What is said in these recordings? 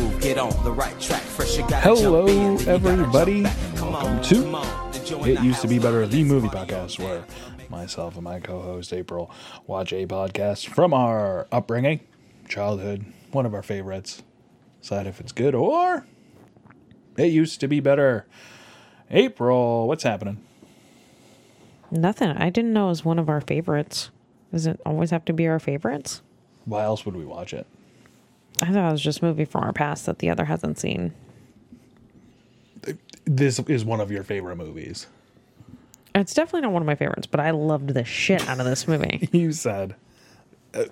the right track. Fresh, you gotta Hello, jump in, then you gotta everybody. jump back. Come Welcome on, to come on, then join It the Used to Be house Better, the party movie on podcast where myself and my co host April watch a podcast from our upbringing, childhood, one of our favorites. Decide if it's good or it used to be better. April, what's happening? Nothing. I didn't know it was one of our favorites. Does it always have to be our favorites? Why else would we watch it? I thought it was just a movie from our past that the other hasn't seen. This is one of your favorite movies. It's definitely not one of my favorites, but I loved the shit out of this movie. You said uh,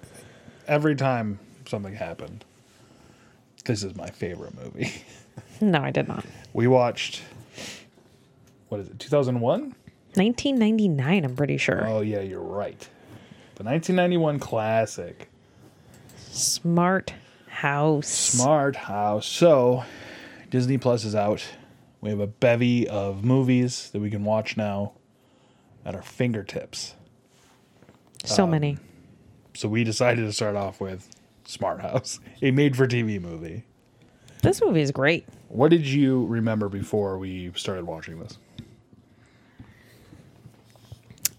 every time something happened, this is my favorite movie. no, I did not. We watched what is it, 2001? 1999, I'm pretty sure. Oh yeah, you're right. The 1991 classic, Smart House. Smart House. So, Disney Plus is out. We have a bevy of movies that we can watch now at our fingertips. so many. So we decided to start off with Smart House, a made-for-TV movie. This movie is great. What did you remember before we started watching this?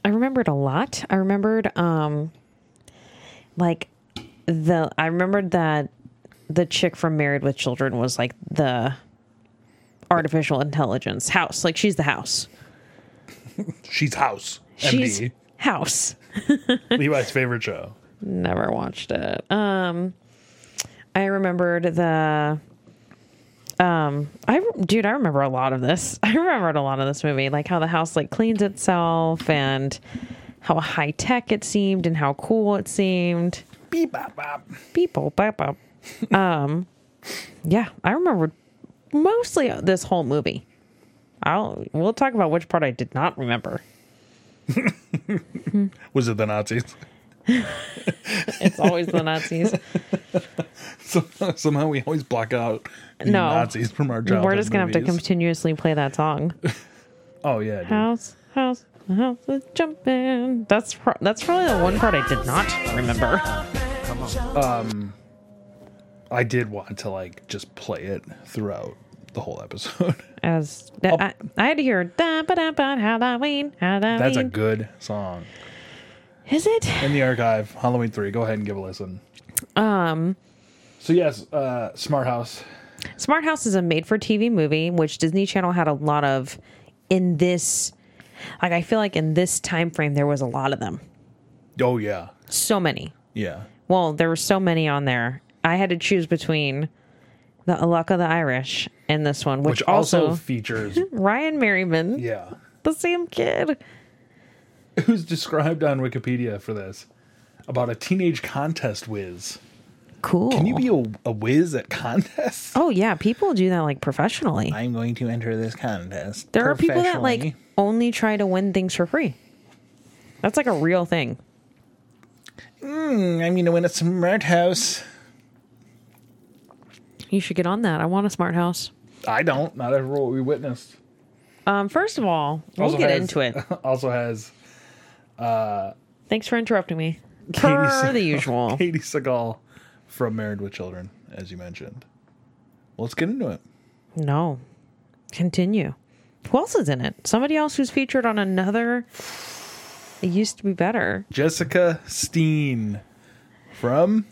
I remembered a lot. I remembered um like the I remembered that the chick from Married with Children was like the artificial intelligence house. Like she's the house. She's House. She's MD, house. Levi's favorite show. Never watched it. Um I remembered the um I dude, I remember a lot of this. I remembered a lot of this movie, like how the house like cleans itself and how high tech it seemed and how cool it seemed. Beep bop bop. people. Bop, bop. um, yeah, I remember mostly this whole movie. I'll we'll talk about which part I did not remember. Was it the Nazis? It's always the Nazis. So, somehow we always block out the No. Nazis from our childhood. We're just gonna have to movies. continuously play that song. Oh yeah, dude. House, house, the house is jumping. That's pro- that's probably the one part I did not remember. I did want to like just play it throughout the whole episode. As Oh. I, I had to hear da ba da ba Halloween, Halloween. That's a good song is it? in the archive. Halloween three. Go ahead and give a listen. Um. So yes, uh, Smart House. Smart House is a made for TV movie, which Disney Channel had a lot of in this like I feel like in this time frame there was a lot of them. Oh yeah, So many. yeah. Well, there were so many on there. I had to choose between the Luck of the Irish and this one, which, Which also, also, features Ryan Merriman, yeah, the same kid. who's described on Wikipedia for this about a teenage contest whiz. Cool. Can you be a, a whiz at contests? oh yeah, people do that like professionally. I'm going to enter this contest. there are people that like only try to win things for free. That's like a real thing. I'm going to win a smart house. You should get on that. I want a smart house. I don't. Not after what we witnessed. Um, first of all, we'll Also get has- into it. Also has Thanks for interrupting me. Katie Per Sagal- the usual. Katie Seagal from Married with Children, as you mentioned. Well, let's get into it. No. Continue. Who else is in it? Somebody else who's featured on another It used to be better. Jessica Steen from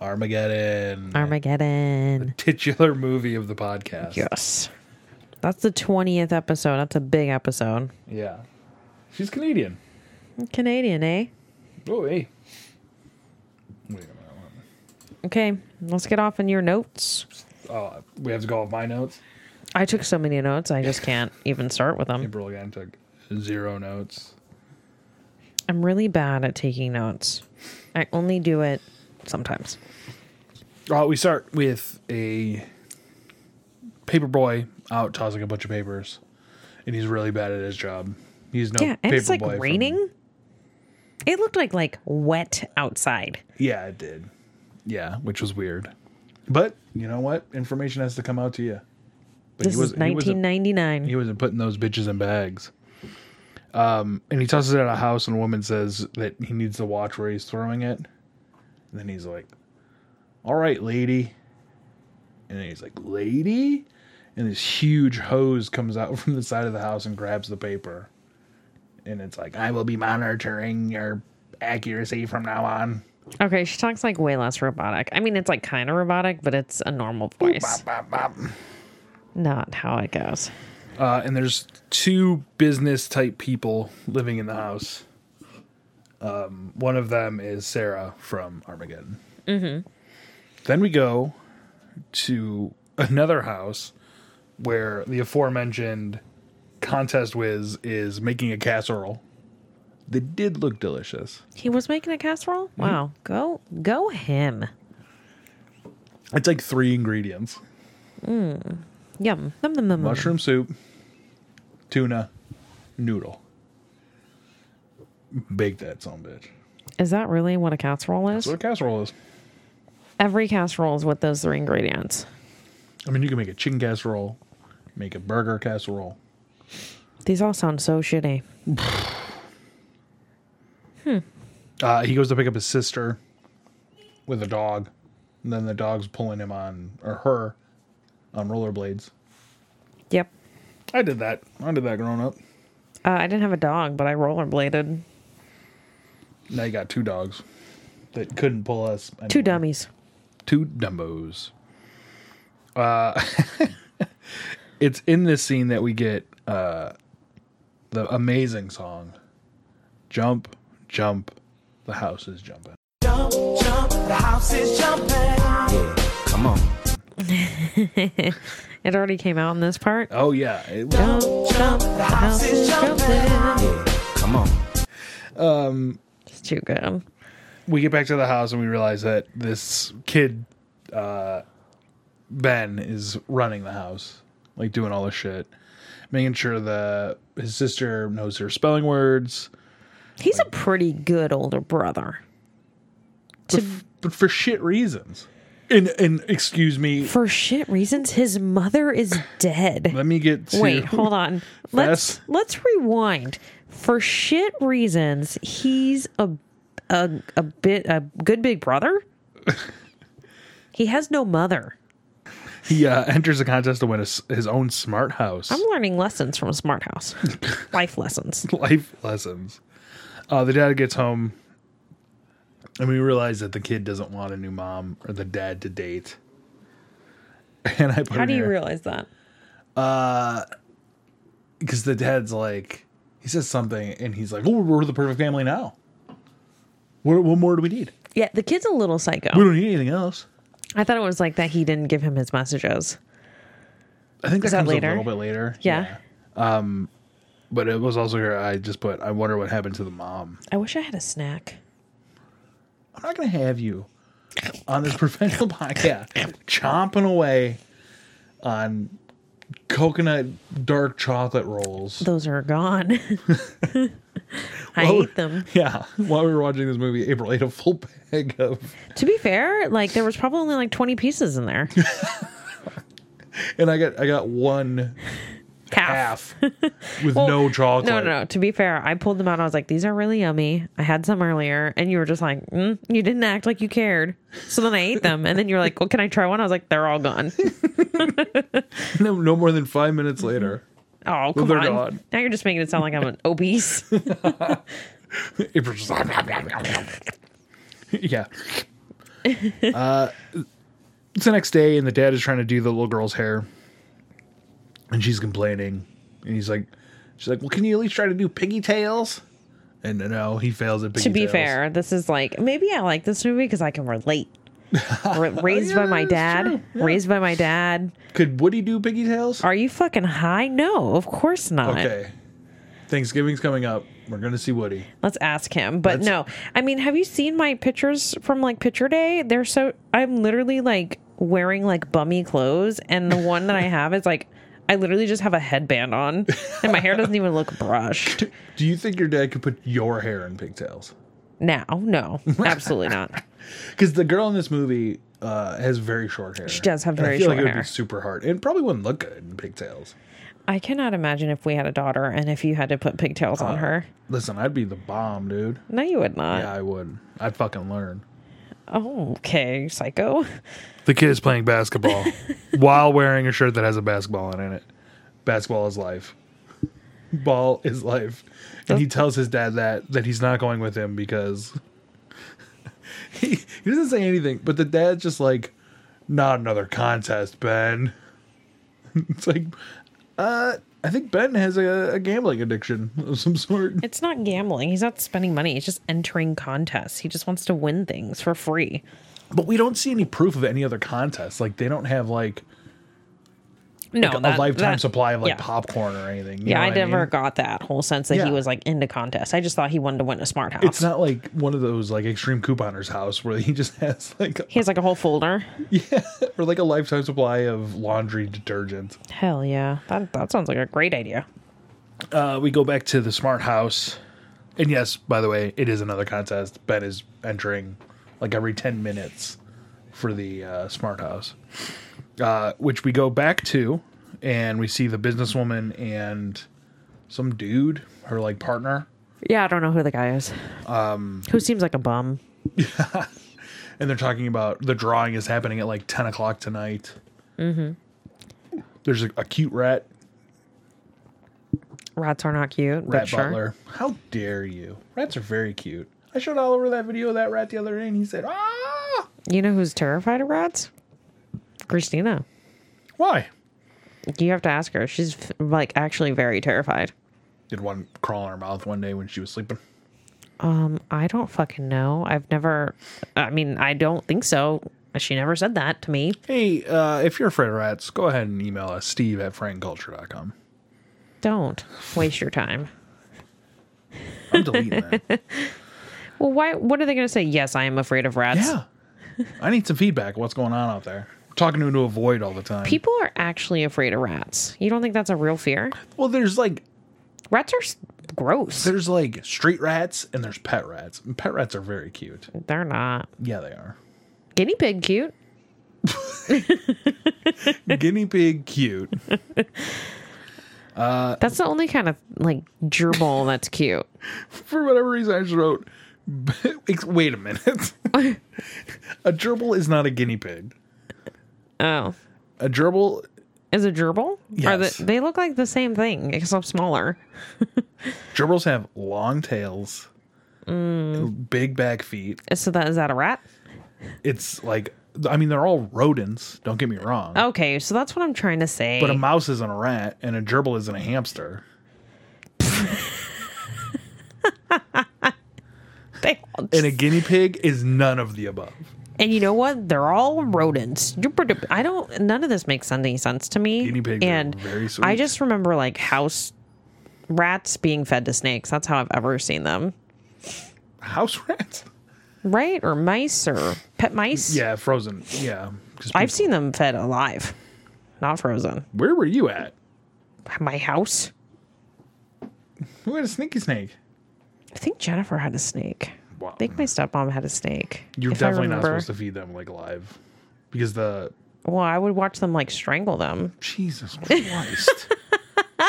Armageddon, Armageddon. titular movie of the podcast. Yes. That's the 20th episode. That's a big episode. Yeah. she's Canadian. Canadian, eh? Oh, hey. Wait a minute. Okay, let's get off in your notes. Oh, we have to go off my notes. I took so many notes, I just can't even start with them. April again took zero notes. I'm really bad at taking notes. I only do it sometimes. Uh, we start with a paper boy out tossing a bunch of papers, and he's really bad at his job. He's no yeah, and paper it's like boy from- raining. It looked like like wet outside. yeah, it did. Yeah, which was weird. But you know what? Information has to come out to you. But This is wasn't- wasn't- 1999. He wasn't putting those bitches in bags. Um, and he tosses it at a house, and a woman says that he needs to watch where he's throwing it. And then he's like, "All right, lady," And he's like, lady? And this huge hose comes out from the side of the house and grabs the paper. And it's like, I will be monitoring your accuracy from now on. Okay, she talks like way less robotic. I mean, it's like kind of robotic, but it's a normal voice, Bop, bop, bop. not how it goes. Uh, and there's two business type people living in the house. Um, one of them is Sarah from Armageddon. Mm-hmm. Then we go to another house where the aforementioned contest whiz is making a casserole. That did look delicious. He was making a casserole. Hmm? Wow, go go him. It's like three ingredients Yum. Num, num, num, num. mushroom soup, tuna, noodle. Bake that some bitch. Is that really what a casserole is? That's what a casserole is. Every casserole is with those three ingredients. I mean, you can make a chicken casserole, make a burger casserole. These all sound so shitty. Uh, he goes to pick up his sister with a dog, and then the dog's pulling him on or her on rollerblades. Yep. I did that. I did that growing up. Uh, I didn't have a dog, but I rollerbladed. Now you got two dogs that couldn't pull us. Two anywhere. dummies. two dumbos. Uh, it's in this scene that we get uh, the amazing song, "Jump, Jump, the house is jumping." Jump, jump, the house is jumping. Yeah, come on. It already came out in this part. Oh yeah, it was- Jump, jump, the house is jumping. Come on. It's too good. we get back to the house and we realize that this kid, uh, Ben, is running the house, like doing all this shit, making sure that his sister knows her spelling words. He's a pretty good older brother. To, but for shit reasons. And and excuse me, for shit reasons, his mother is dead. let me get to Wait, hold on. Let's Fast. let's rewind. For shit reasons, he's a a a bit a good big brother. he has no mother. He uh, enters a contest to win a s his own smart house. I'm learning lessons from Smart House, life lessons. Life lessons. Uh, the dad gets home, and we realize that the kid doesn't want a new mom or the dad to date. And I put How do you realize that? because the dad's like he says something, and he's like, "Oh, we're the perfect family now. What, what more do we need? Yeah, the kid's a little We psycho. don't need anything else." I thought it was like that he didn't give him his messages. I think that, that comes later? a little bit later. Yeah. but it was also here. I just put. I wonder what happened to the mom. I wish I had a snack. I'm not going to have you on this professional podcast chomping away on coconut dark chocolate rolls. Those are gone. I Well- hate them. Yeah, while we were watching this movie, April ate a full bag of, To be fair, like there was probably only like 20 pieces in there. and I got I got one Half. half with no chocolate. No, no, no. To be fair, I pulled them out. I was like, these are really yummy. I had some earlier, and you were just like, mm, you didn't act like you cared. So then I ate them, and then you're like, well, can I try one? I was like, they're all gone. no, no more than five minutes later, Oh, come they're on. gone. Now you're just making it sound like I'm an obese. April's just like, yeah. Uh, it's the next day, and the dad is trying to do the little girl's hair, and she's complaining, and he's like, she's like, well, can you at least try to do pigtails? And no, he fails at pigtails. to be fair, this is like maybe I like this movie because I can relate. Ra- raised by Yeah, my that's true. dad. Raised by my dad. could Woody do pigtails? Are you fucking high? No, of course not. Okay, Thanksgiving's coming up. We're gonna see Woody. Let's ask him. But Let's- no, I mean, have you seen my pictures from like picture day? They're so I'm literally like wearing like bummy clothes, and the one that I have is like I literally just have a headband on, and my hair doesn't even look brushed. Do you think your dad could put your hair in pigtails? Now, no, absolutely not. Because the girl in this movie uh, has very short hair. She does have very I feel like short it would hair. be super hard. It probably wouldn't look good in pigtails. I cannot imagine if we had a daughter and if you had to put pigtails on her. Listen, I'd be the bomb, dude. No, you would not. Yeah, I would. I'd fucking learn. Oh, okay, psycho. The kid is playing basketball while wearing a shirt that has a basketball on in it. Basketball is life. Ball is life. And he tells his dad that that he's not going with him because he, he doesn't say anything, but the dad's just like, not another contest, Ben. it's like uh I think Ben has a, a gambling addiction of some sort. It's not gambling. He's not spending money. He's just entering contests. He just wants to win things for free. But we don't see any proof of any other contest. Like they don't have like No, a lifetime that- supply of like yeah. popcorn or anything. you Yeah, know I what mean? never got that whole sense that Yeah. he was like into contests. I just thought he wanted to win a smart house. It's not like one of those like extreme couponers house where he just has like he has like a whole folder. or like a lifetime supply of laundry detergent. Hell yeah, that that sounds like a great idea. Uh, we go back to the smart house, and yes, by the way, it is another contest. Ben is entering like every ten minutes for the uh, smart house, uh, which we go back to, and we see the businesswoman and some dude, her like partner, Yeah, I don't know who the guy is. Um, who seems like a bum. and they're talking about the drawing is happening at like 10 o'clock tonight mm-hmm. there's a, a cute rat Rats are not cute. but rat sure. butler how dare you rats are very cute i showed oliver that video of that rat the other day and he said ah You know who's terrified of rats? Christina. why You have to ask her. She's f- like actually very terrified. did one crawl in her mouth one day when she was sleeping Um, I don't fucking know. I've never. I mean, I don't think so. She never said that to me. hey uh, if you're afraid of rats go ahead and email us steve at frankculture.com Don't waste your time. i'm deleting that Well, why? What are they going to say? Yes, I am afraid of rats. yeah i need some feedback what's going on out there we're talking to a void all the time People are actually afraid of rats. You don't think that's a real fear? well there's like Rats are s- gross. There's like street rats and there's pet rats. And pet rats are very cute. They're not. Yeah, they are. Guinea pig cute. Guinea pig cute. That's the only kind of like gerbil that's cute. For whatever reason, I just wrote. Wait a minute. a gerbil is not a guinea pig. Oh, A gerbil. is a gerbil? Are Yes. they, they look like the same thing except smaller. Gerbils have long tails, Mm. big back feet. So that is that a rat? It's like I mean they're all rodents. Don't get me wrong. Okay, so that's what I'm trying to say. But a mouse isn't a rat, and a gerbil isn't a hamster. They all And just- a guinea pig is none of the above. and you know what? They're all rodents. I don't. None of this makes any sense to me. Guinea pigs are and very sweet. I just remember like house rats being fed to snakes. That's how I've ever seen them, House rats. right? Or mice or pet mice. Yeah, frozen. Yeah. 'Cause I've seen them fed alive, not frozen. Where were you at? My house. Who had a sneaky snake? I think Jennifer had a snake. Wow. I think my stepmom had a snake. You're if I definitely not remember. supposed to feed them like live. Because the Well, I would watch them like strangle them. Jesus Christ.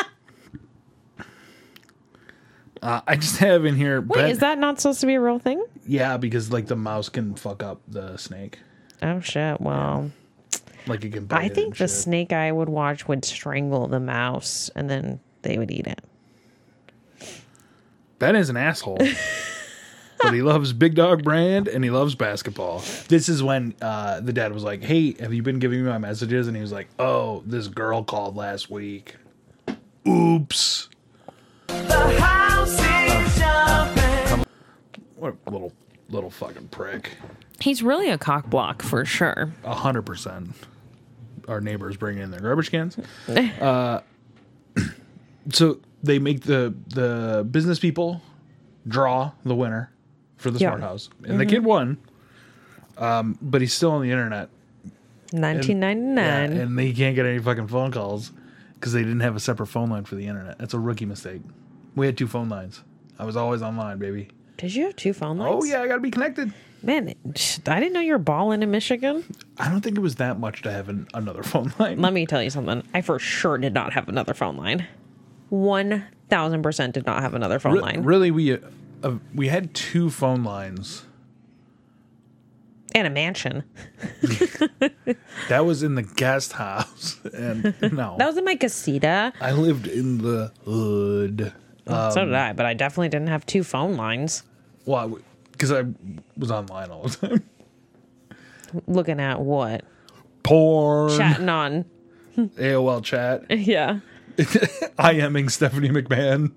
uh, I just have in here Wait, is that not supposed to be a real thing? Yeah, because like the mouse can fuck up the snake. Oh shit. Well, Like it can bite I it and think the shit. snake I would watch would strangle the mouse and then they would eat it. Ben is an asshole. but he loves Big Dog Brand and he loves basketball. This is when uh, the dad was like, Hey, have you been giving me my messages? And he was like, Oh, this girl called last week. Oops. The house is jumping. What a little little fucking prick. He's really a cock block for sure. A hundred percent. Our neighbors bring in their garbage cans. Uh, so they make the the business people draw the winner for the Yeah. smart house, and the kid won. Um, but he's still on the internet, 1999. Yeah, and he can't get any fucking phone calls because they didn't have a separate phone line for the internet. That's a rookie mistake. We had two phone lines. I was always online, baby. Did you have two phone lines? Oh yeah, I gotta be connected. Man, I didn't know you were balling in Michigan. I don't think it was that much to have an, another phone line. Let me tell you something. I for sure did not have another phone line. 1000% did not have another phone Re- line. uh, Really, we uh, we had two phone lines and a mansion. That was in the guest house, and no, That was in my casita. I lived in the hood. Um, so did I, but I definitely didn't have two phone lines. Well, because I was online all the time. Looking at what? Porn, Chatting on. AOL chat, Yeah. IMing Stephanie McMahon.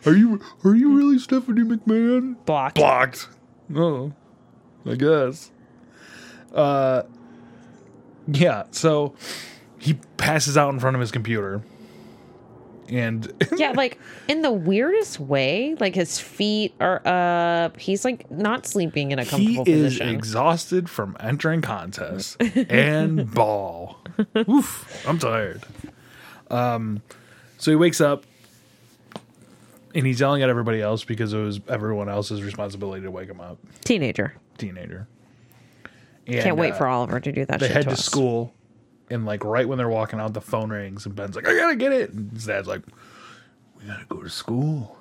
are you are you really Stephanie McMahon? Blocked. blocked. Oh, I guess. Uh, yeah. So he passes out in front of his computer, and Yeah, like in the weirdest way, like his feet are up. He's like not sleeping in a he comfortable is position. exhausted from entering contests and ball. Oof, I'm tired. Um, so he wakes up. And he's yelling at everybody else because it was everyone else's responsibility to wake him up. Teenager. Teenager. And, Can't wait uh, for Oliver to do that they shit. head to, to us. school and like right when they're walking out the phone rings and ben's like i gotta get it and his dad's like we gotta go to school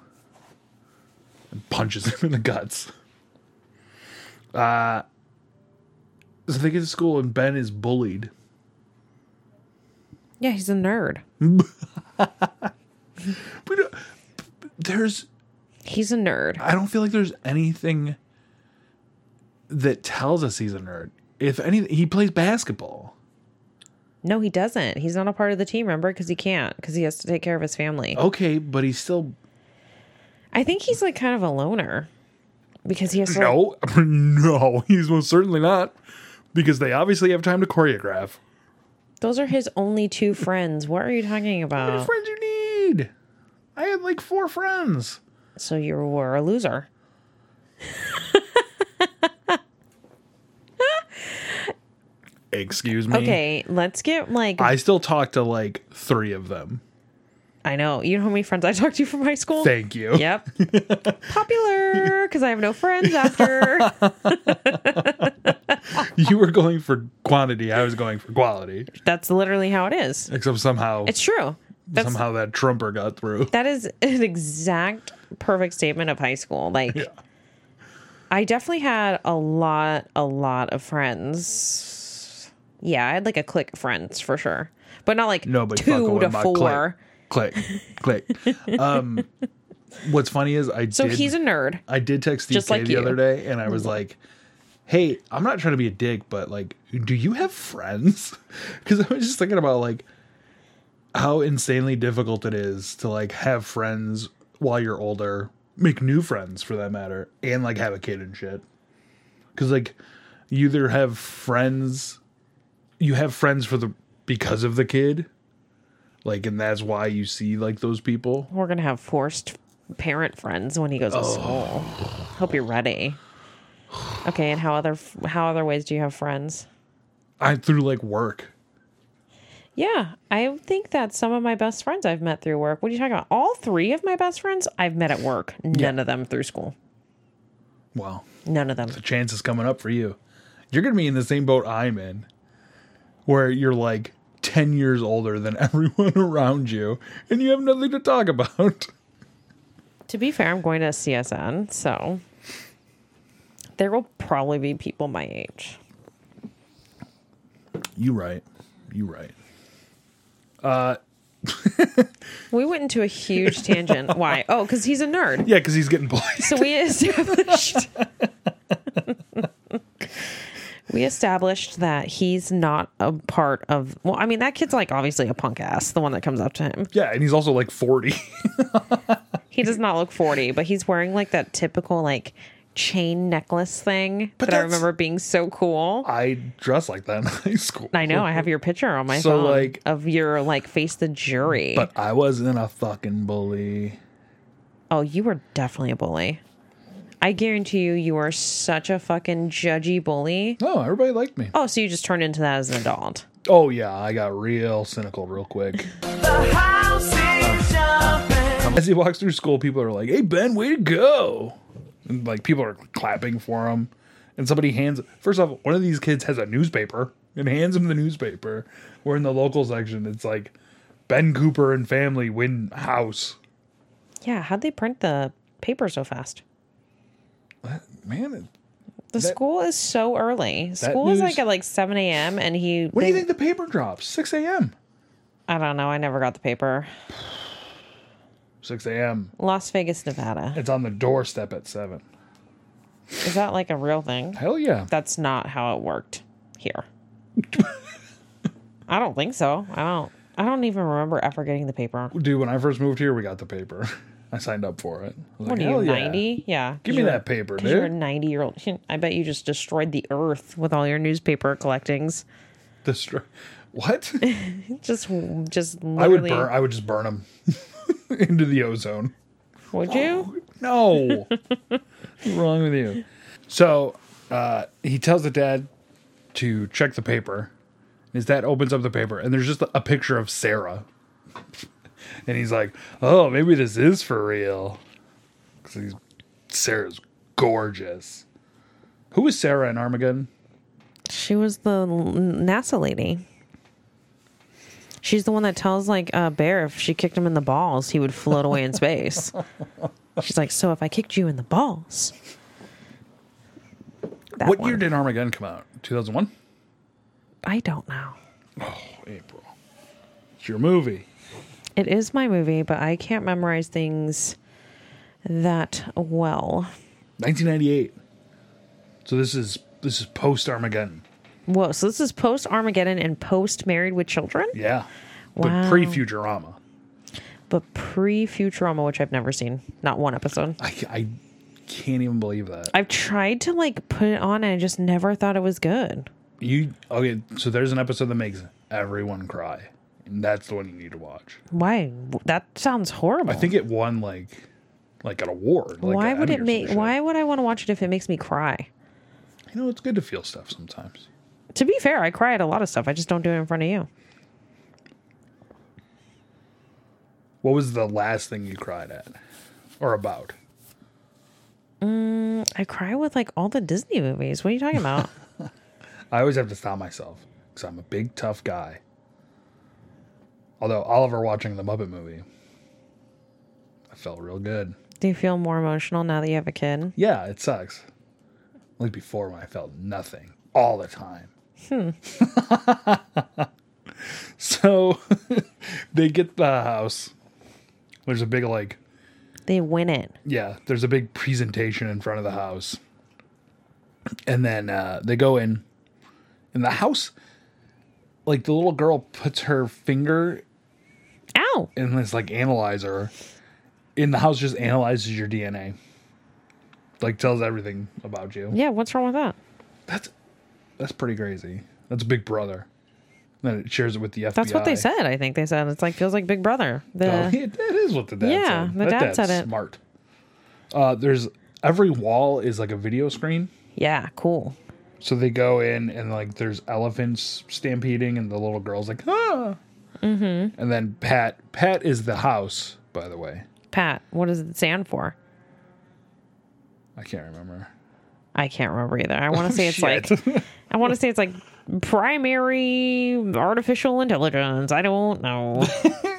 and punches him in the guts uh so they get to school and ben is bullied Yeah, he's a nerd. but uh, there's He's a nerd. i don't feel like there's anything that tells us he's a nerd if any he plays basketball No, he doesn't. He's not a part of the team, remember? Because he can't, because he has to take care of his family. okay but he's still I think he's like kind of a loner because he has to. like- No, no, he's most certainly not. Because they obviously have time to choreograph. those are his only two friends. What are you talking How many about? friends you need? I had like four friends. So you were a loser. Excuse me. Okay, let's get like. I still talk to like three of them. I know. You know how many friends I talked to from high school? Thank you. Yep. Popular because I have no friends after. You were going for quantity. I was going for quality. That's literally how it is. Except somehow, It's true. That's somehow that Trumper got through. that is an exact perfect statement of high school. Like Yeah. I definitely had a lot, a lot of friends. Yeah, I had like a clique of friends for sure. But not like Nobody fucking two with to my four. Click, click, click. Um, what's funny is I So did. he's a nerd. I did text DK Just like the you. Mm-hmm. other day, and I was like, "Hey, I'm not trying to be a dick, but like, do you have friends?" Because I was just thinking about like how insanely difficult it is to like have friends while you're older, make new friends for that matter, and like have a kid and shit. Because like, you either have friends, you have friends for the because of the kid, like, and that's why you see like those people. We're gonna have forced parent friends when he goes Oh. to school. Hope you're ready. Okay, and how other how other ways do you have friends? I through like work. Yeah, I think that some of my best friends I've met through work. What are you talking about? All three of my best friends I've met at work. None of them through school. Well, None of them. chance is coming up for you. You're going to be in the same boat I'm in, where you're like 10 years older than everyone around you and you have nothing to talk about. To be fair, I'm going to CSN, so there will probably be people my age. You right. You right. We went into a huge tangent. Why? Oh, because he's a nerd. Yeah, because he's getting bullied. So we established we established that he's not a part of. Well, I mean that kid's like obviously a punk ass, the one that comes up to him. Yeah, and he's also like 40. He does not look 40, but he's wearing like that typical like chain necklace thing But that I that's- remember being so cool. I dress like that in high school. I know I have your picture on my So, phone like- of your like face the jury. But I wasn't a fucking bully. oh, you were definitely a bully. I guarantee you, you were such a fucking judgy bully. No, everybody liked me. Oh, so you just turned into that as an adult. Oh, yeah, I got real cynical real quick. The house is jumping. As he walks through school, people are like, "Hey Ben, way to go!" And like people are clapping for him. And somebody hands first off, one of these kids has a newspaper and hands him the newspaper. We're in the local section. It's like Ben Cooper and family win house. Yeah, how'd they print the paper so fast? Man, The school is so early. School is news- like at like seven a.m. and he. When do you think the paper drops? 6 a.m. I don't know. I never got the paper. 6 a.m. Las Vegas, Nevada. It's on the doorstep at 7. Is that like a real thing? Hell yeah. That's not how it worked here. I don't think so. I don't. I don't even remember ever getting the paper. Dude, when I first moved here, we got the paper. I signed up for it. I was What like, are you, "Hell yeah." ninety? Yeah. Give me that paper, Because you're a dude. 90 year old. I bet you just destroyed the earth with all your newspaper collectings. Destroy- what? Just, just I would literally. burn. I would just burn them into the ozone. would you? No, What's wrong with you. So uh, he tells the dad to check the paper. His dad opens up the paper, and there's just a picture of Sarah. And he's like, "Oh, maybe this is for real." Because Sarah's gorgeous. Who is Sarah in Armageddon? She was the l- NASA lady. She's the one that tells like uh, Bear if she kicked him in the balls, he would float away in space. She's like, so if I kicked you in the balls. That what one. year did Armageddon come out? 2001? I don't know. April. It's your movie. It is my movie, but I can't memorize things that well. 1998. So this is this is post Armageddon. Whoa, so this is post Armageddon and post Married with Children, Yeah. Wow. But pre Futurama. but pre Futurama, which I've never seen. Not one episode. I, I can't even believe that. I've tried to like put it on and I just never thought it was good. You okay? So there's an episode that makes everyone cry, and that's the one you need to watch. Why? That sounds horrible. I think it won like like an award. Like why an would Emmy or it some make shit. why would I want to watch it if it makes me cry? You know, it's good to feel stuff sometimes. To be fair, I cry at a lot of stuff. I just don't do it in front of you. What was the last thing you cried at or about? I cry with like all the Disney movies. What are you talking about? I always have to stop myself because I'm a big tough guy. Although Oliver watching the Muppet movie, I felt real good. do you feel more emotional now that you have a kid? Yeah, it sucks. Like before when I felt nothing all the time. so they get the house. There's a big like They win it. yeah, there's a big presentation in front of the house. And then uh, they go in, and the house, like the little girl puts her finger Ow! in this like analyzer, and the house just analyzes your DNA, like tells everything about you. Yeah, what's wrong with that? That's that's pretty crazy. That's Big Brother. And then it shares it with the FBI. That's what they said. I think they said it's like feels like Big Brother. Oh, The it, it is what the dad Yeah, said. the dad dad's said it. Smart. Uh, there's every wall is like a video screen. yeah, cool. So they go in and like there's elephants stampeding and the little girl's like, ah. Mm-hmm. And then Pat, Pat is the house, by the way. Pat, what does it stand for? I can't remember. I can't remember either. I want to say it's like Shit. I want to say it's like primary artificial intelligence. I don't know.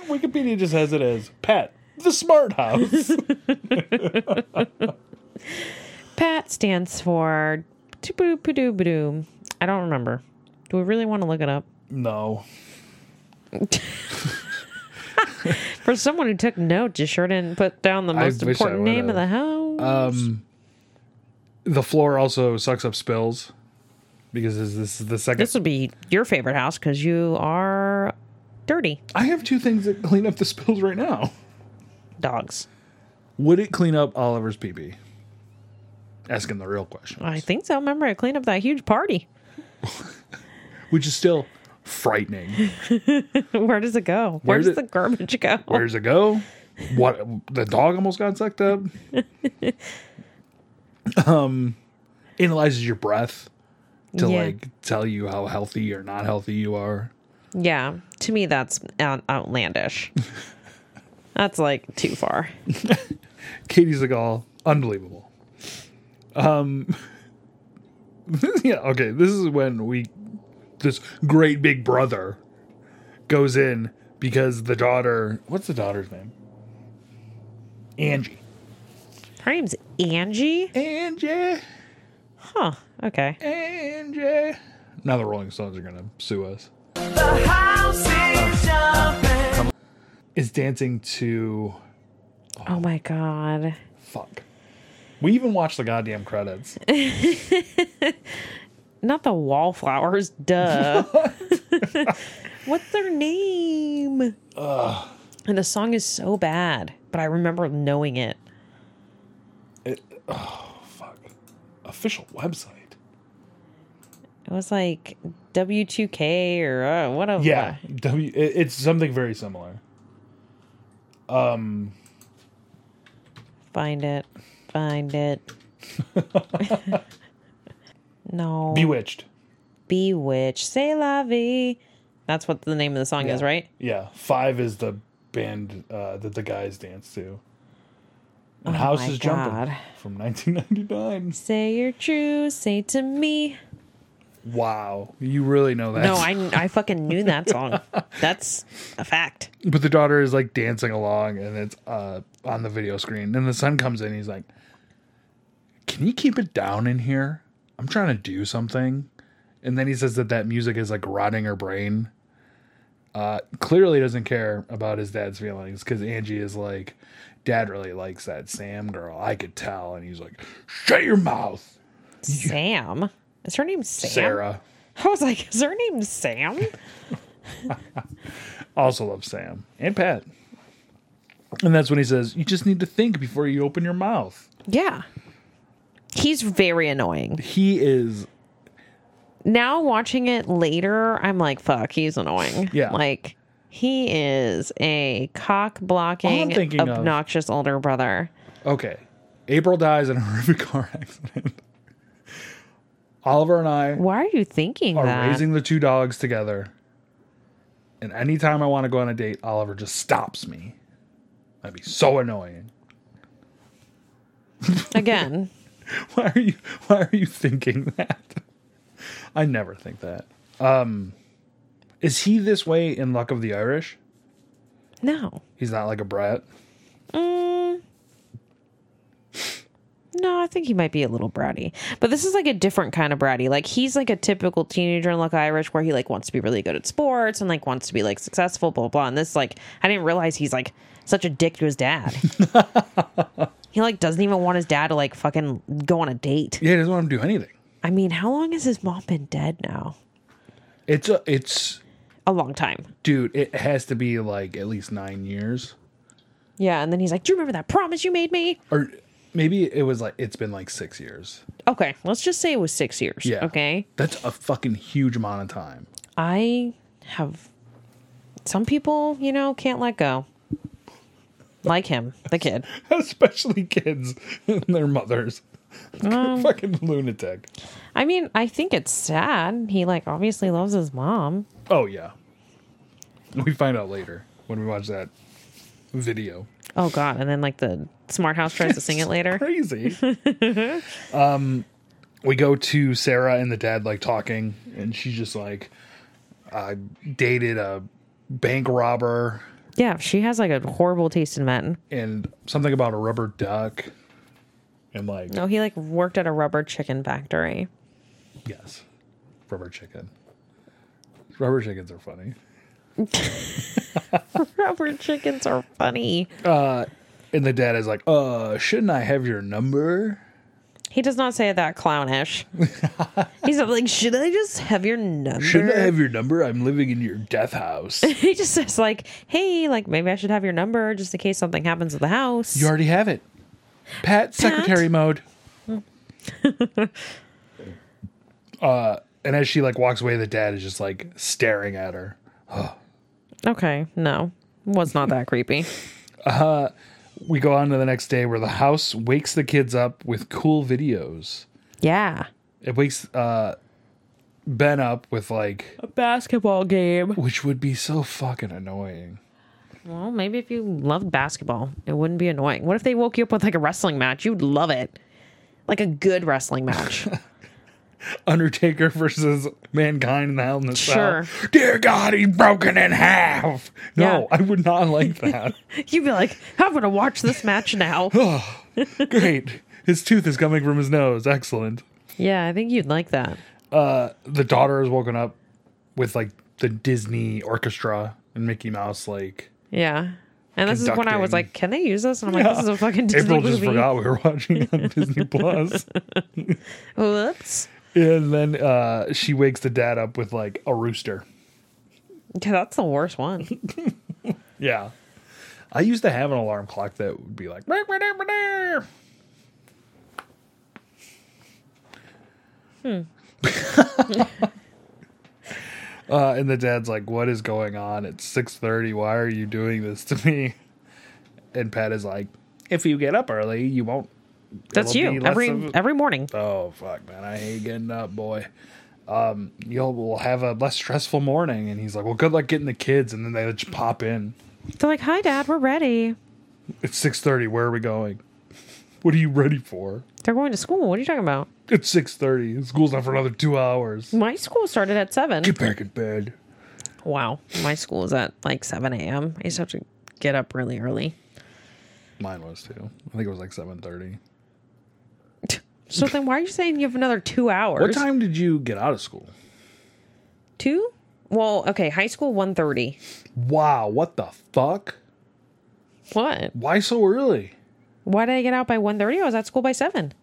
Wikipedia just has it as Pat, the smart house. Pat stands for doo-boo-ba-doo-ba-doo. I don't remember. Do we really want to look it up? no. For someone who took notes, you sure didn't put down the I most wish I important name of would've. Uh, the house. The floor also sucks up spills because this, this is the second. this would be your favorite house because you are dirty I have two things that clean up the spills right now. dogs. Would it clean up Oliver's pee pee? Asking the real question, I think so. Remember, I cleaned up that huge party. which is still frightening. Where does it go? Where Where's did- the garbage go? Where's it go? What the dog almost got sucked up. um, analyzes your breath to Yeah. like tell you how healthy or not healthy you are. Yeah, to me that's out- outlandish. that's like too far. Katie's like all unbelievable. Um, yeah, okay. This is when we this great big brother goes in because the daughter. What's the daughter's name? Angie. Her name's Angie. Angie. Huh. Okay. And yeah. Now the Rolling Stones are going to sue us. The house is jumping. Is dancing to Oh my god. fuck. We even watched the goddamn credits. Not the wallflowers, duh. What's their name? And the song is so bad, but I remember knowing it. fuck. Official website. It was like W2K or uh, whatever. Yeah, W. it- It's something very similar. Find it. Find it. no. Bewitched. Bewitched. Say la vie. That's what the name of the song is, Yeah. right? Yeah, five is the band uh, that the guys dance to. And Oh House my is jumping God. from 1999. Say you're true. Say to me. Wow, you really know that. No, I, I fucking knew that song. That's a fact. But the daughter is like dancing along, and it's uh, on the video screen. And the son comes in. He's like, "Can you keep it down in here? I'm trying to do something." And then he says that that music is like rotting her brain. Uh, clearly doesn't care about his dad's feelings because Angie is like, "Dad really likes that Sam girl. I could tell." And he's like, "Shut your mouth, Sam. Is her name Sam? Sarah." I was like, is her name Sam? Also love Sam and Pat. And that's when he says, "You just need to think before you open your mouth." yeah. He's very annoying. He is now watching it later, I'm like, fuck, he's annoying. Yeah. Like, he is a cock All I'm thinking blocking, of- obnoxious older brother. Okay. April dies in a horrific car accident. Oliver and I Why are you thinking are that? raising the two dogs together. And anytime I want to go on a date, Oliver just stops me. That'd be so annoying. Again, Why are you why are you thinking that? I never think that. Um is he this way in Luck of the Irish? no. He's not like a brat. Mm. No, I think he might be a little bratty. But this is like a different kind of bratty. Like he's like a typical teenager in Luck Irish where he like wants to be really good at sports and like wants to be like successful, blah blah. And this like I didn't realize he's like such a dick to his dad. he like doesn't even want his dad to like fucking go on a date. Yeah, he doesn't want him to do anything. I mean, how long has his mom been dead now? It's a, it's A long time. dude, it has to be like at least 9 years. Yeah, and then he's like, "Do you remember that promise you made me?" or maybe it was like it's been like six years. Okay, let's just say it was 6 years. Yeah. Okay. That's a fucking huge amount of time. I have some people, you know, can't let go. Like him, the kid. Especially kids and their mothers. Um. fucking lunatic. I mean, I think it's sad. He like obviously loves his mom. Oh yeah. We find out later when we watch that video. Oh god, and then like the smart house tries to sing it later. Crazy. um we go to Sarah and the dad like talking and she's just like I dated a bank robber Yeah, she has like a horrible taste in men. and something about a rubber duck and like No, he like worked at a rubber chicken factory. Yes. Rubber chicken. Rubber chickens are funny. Rubber chickens are funny. And the dad is like, uh, shouldn't I have your number? He does not say it that clownish. He's not like, should I just have your number? Shouldn't I have your number? I'm living in your death house. he just says like, hey, like maybe I should have your number just in case something happens at the house. you already have it. Pat, secretary mode. uh, and as she like walks away, the dad is just like staring at her. Okay, no, was not that creepy. We go on to the next day where the house wakes the kids up with cool videos. Yeah, It wakes uh Ben up with like a basketball game. which would be so fucking annoying. Well, maybe if you loved basketball, it wouldn't be annoying. What if they woke you up with like a wrestling match? You'd love it, like a good wrestling match. Undertaker versus mankind in the Hell in the Sure. Cell. Dear God, he's broken in half. No, Yeah. I would not like that. You'd be like, I'm gonna watch this match now. Great. His tooth is coming from his nose. Excellent. Yeah, I think you'd like that. the daughter is woken up with like the Disney orchestra and Mickey Mouse. Like Yeah. And this is when I Conducting. was like, can they use this? And I'm like, this is a fucking Disney April movie. just forgot we were watching on Disney Plus. Whoops. And then uh, she wakes the dad up with like a rooster. Yeah, that's the worst one. Yeah. I used to have an alarm clock that would be like. "Meow, meow, meow, meow, meow." Hmm. uh, and the dad's like, "What is going on? It's six thirty. Why are you doing this to me?" And Pat is like, "If you get up early, you won't." That's it'll you be less every of a- every morning. Oh fuck, man! I hate getting up, boy. Um, you'll we'll have a less stressful morning. And he's like, "Well, good luck getting the kids." And then they just pop in. They're like, hi, dad, we're ready. It's six thirty. Where are we going? What are you ready for? They're going to school. What are you talking about? It's six thirty. School's not for another two hours. My school started at 7. Get back in bed. Wow. My school is at like 7 a.m. I used to have to get up really early. Mine was too. I think it was like seven thirty. So then why are you saying you have another two hours? What time did you get out of school? Two? Well, okay, high school 1.30. Wow, what the fuck? What? Why so early? Why did I get out by 1.30? I was at school by 7.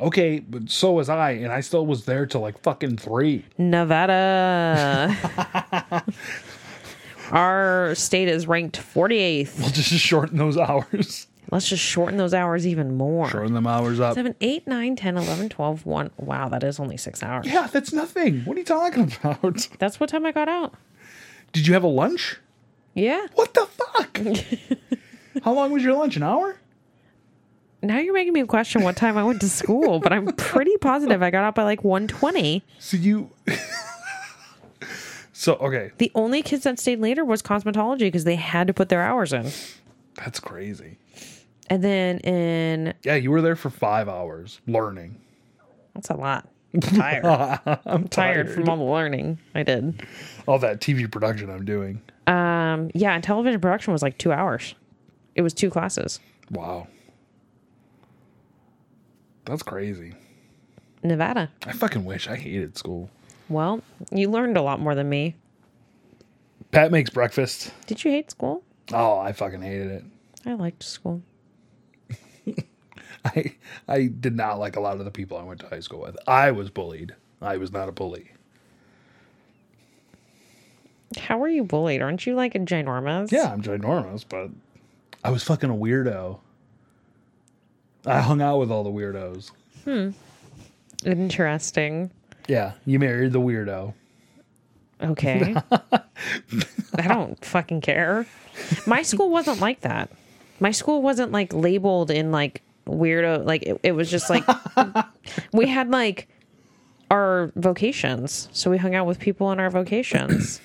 Okay, but so was I, and I still was there till like fucking three. Nevada. Our state is ranked 48th. We'll just shorten those hours. Let's just shorten those hours even more. Shorten them hours up. 7, 8, 9, 10, 11, 12, 1. Wow, that is only six hours. Yeah, that's nothing. What are you talking about? That's what time I got out. Did you have a lunch? Yeah. What the fuck? How long was your lunch? An hour? Now you're making me question what time I went to school, but I'm pretty positive I got out by like 1.20. So you. so okay, The only kids that stayed later was cosmetology because they had to put their hours in. that's crazy. And then in Yeah, you were there for five hours learning. that's a lot. I'm tired. I'm tired, from all the learning I did. All that TV production I'm doing. Um, yeah, and television production was like two hours. It was two classes. Wow, that's crazy. Nevada. I fucking wish I hated school. Well, you learned a lot more than me. Pat makes breakfast. Did you hate school? Oh, I fucking hated it. I liked school. I I did not like a lot of the people I went to high school with. I was bullied. I was not a bully. How were you bullied? Aren't you like a ginormous? Yeah, I'm ginormous, but I was fucking a weirdo. I hung out with all the weirdos. Interesting. Yeah, you married the weirdo. Okay. I don't fucking care. My school wasn't like that. My school wasn't like labeled in like weirdo. Like it, it was just like we had like our vocations. So we hung out with people in our vocations.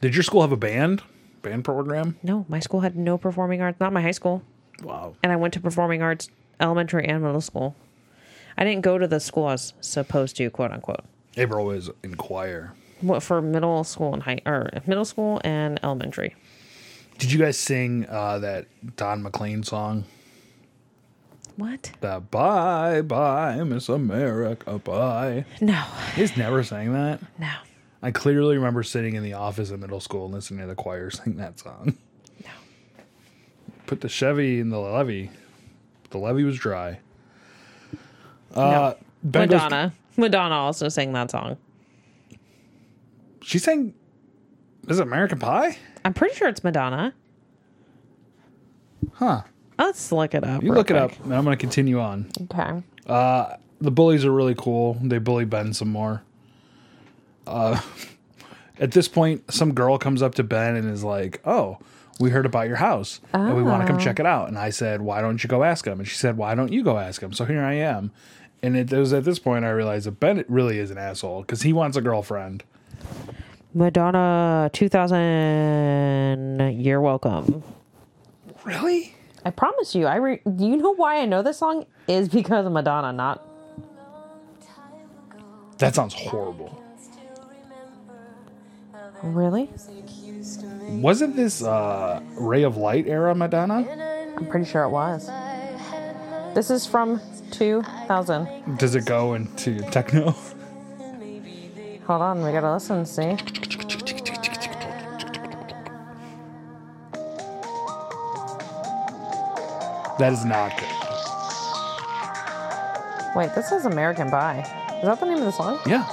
Did your school have a band? Band program? No, my school had no performing arts. Not my high school. Wow. And I went to performing arts elementary and middle school. I didn't go to the school I was supposed to, quote unquote. April was in choir. What for middle school and high or middle school and elementary. Did you guys sing uh, that Don McLean song? What? The Bye Bye Miss America Bye. No, You just never sang that? no, I clearly remember sitting in the office in middle school and listening to the choir sing that song. no. Put the Chevy in the levee. The levee was dry. Uh, no. Ben goes- Madonna. Madonna also sang that song. She sang. Is it American Pie? I'm pretty sure it's Madonna. Huh. Let's look it up. You real look it quick. up, and I'm going to continue on. Okay. The bullies are really cool. They bully Ben some more. Uh, at this point, some girl comes up to Ben and is like, "Oh, we heard about your house, and we want to come check it out." And I said, "Why don't you go ask him?" And she said, "Why don't you go ask him?" So here I am. And it was at this point I realized that Ben really is an asshole because he wants a girlfriend. Madonna 2000. You're welcome. Really? I promise you. I re- do you know why I know this song is because of Madonna, not That sounds horrible. really. Wasn't this uh, Ray of Light era Madonna? I'm pretty sure it was. This is from 2000. Does it go into techno? Hold on, we gotta listen and see. That is not good. Wait, this is American Pie. Is that the name of the song? Yeah.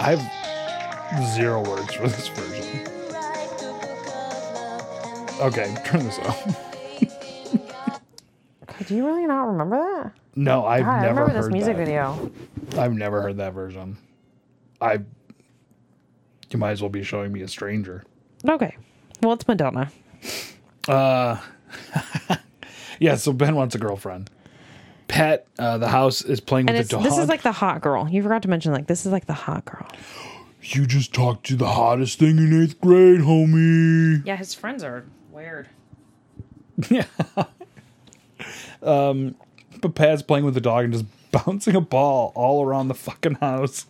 I have zero words for this version. Okay, turn this off. God, Do you really not remember that? No, I've God, Ah, I never remember heard this music that. video. I've never heard that version. I. You might as well be showing me a stranger. Okay. Well, it's Madonna. Yeah, so Ben wants a girlfriend. Pet, uh, the house is playing And with it's, the dog. this is like the hot girl. You forgot to mention, like, this is like the hot girl. you just talked to the hottest thing in eighth grade, homie. Yeah, his friends are weird. But Pat's playing with the dog and just bouncing a ball all around the fucking house.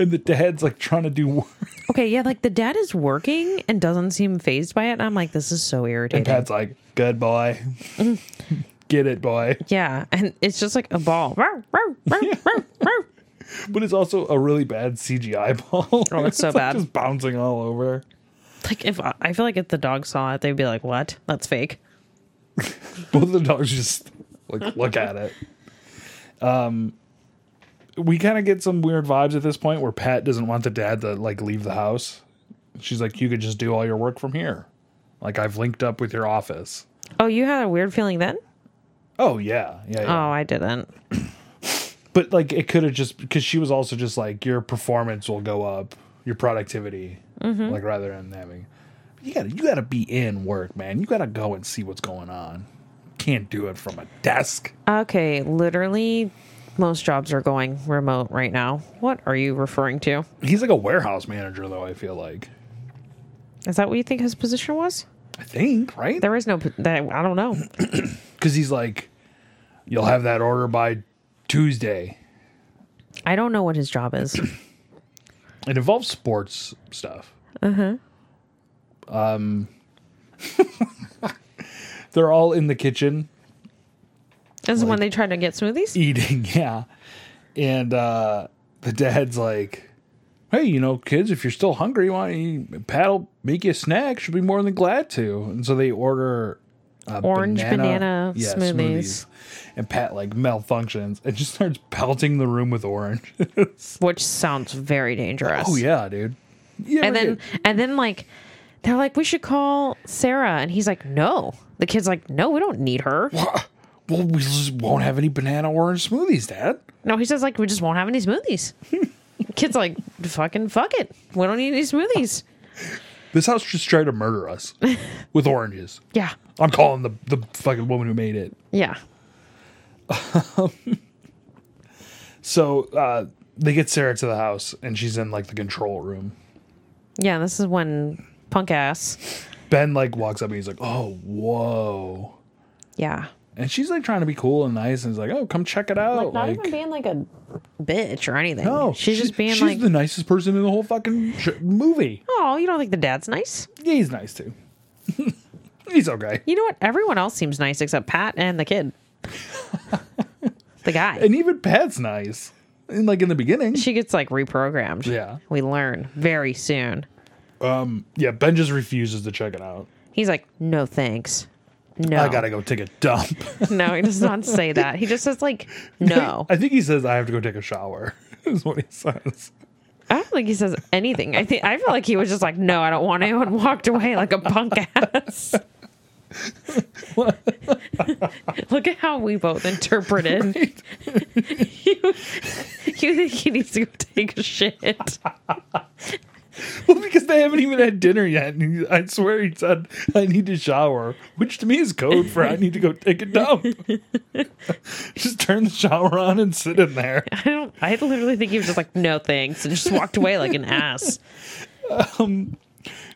And the dad's like trying to do work. Okay, yeah, like the dad is working and doesn't seem phased by it. And I'm like, this is so irritating. And Pat's like, good boy. Get it, boy. yeah, and it's just like a ball. Row, row, row, row, row. But it's also a really bad CGI ball. Oh, it's so like, bad. Just bouncing all over. Like if I feel like if the dog saw it, they'd be like, "What? That's fake." Both of the dogs just like look at it. Um, we kind of get some weird vibes at this point where Pat doesn't want the dad to like leave the house. She's like, you could just do all your work from here. Like I've linked up with your office. Oh, you had a weird feeling then? Oh yeah, yeah. yeah. Oh, I didn't. But like it could have just because she was also just like your performance will go up, your productivity, like rather than having. You gotta you gotta be in work, man. You gotta go and see what's going on. Can't do it from a desk. Okay, literally, most jobs are going remote right now. What are you referring to? He's like a warehouse manager, though. I feel like Is that what you think his position was? I think right There is no. po- That I don't know. because he's like, you'll have that order by Tuesday. I don't know what his job is. It involves sports stuff. Uh huh. Um, they're all in the kitchen This is when they tried to get smoothies. eating, yeah. And uh, the dad's like, "Hey, you know, kids, if you're still hungry, why don't you paddle make you a snack? She'll be more than glad to." And so they order uh, Orange banana smoothies. and Pat like malfunctions and just starts pelting the room with orange. which sounds very dangerous. oh yeah, dude. Yeah, And then and then like they're like, we should call Sarah, and he's like, no. The kid's like, no, we don't need her. well, we just won't have any banana orange smoothies, Dad. No, he says like we just won't have any smoothies. Kid's like, fucking fuck it. We don't need any smoothies. This house just tried to murder us with oranges. Yeah. I'm calling the the fucking woman who made it. Yeah. So uh, they get Sarah to the house, and she's in like the control room. Yeah, this is when punk ass. Ben like walks up and he's like, "Oh, whoa!" Yeah. And she's like trying to be cool and nice, and is like, "Oh, come check it out." Not Like, even being like a bitch or anything. no, She's she- just being she's like, the nicest person in the whole fucking sh- movie. oh, you don't think the dad's nice? Yeah, he's nice too. he's okay, You know what? Everyone else seems nice except Pat and the kid. the guy. and even Pat's nice. And like in the beginning, she gets like reprogrammed. Yeah. We learn very soon. yeah, Ben just refuses to check it out. He's like, no thanks. No. I gotta go take a dump. No, he does not say that. He just says like, no. I think he says I have to go take a shower. Is what he says. I don't think he says anything. I think I feel like he was just like, no, I don't want to, and walked away like a punk ass. Look at how we both interpreted. you, you think he needs to go take a shit? Well, because they haven't even had dinner yet. And he, I swear he said, I need to shower, which to me is code for I need to go take a dump. Just turn the shower on and sit in there. I don't. I literally think he was just like, no, thanks, and just walked away like an ass.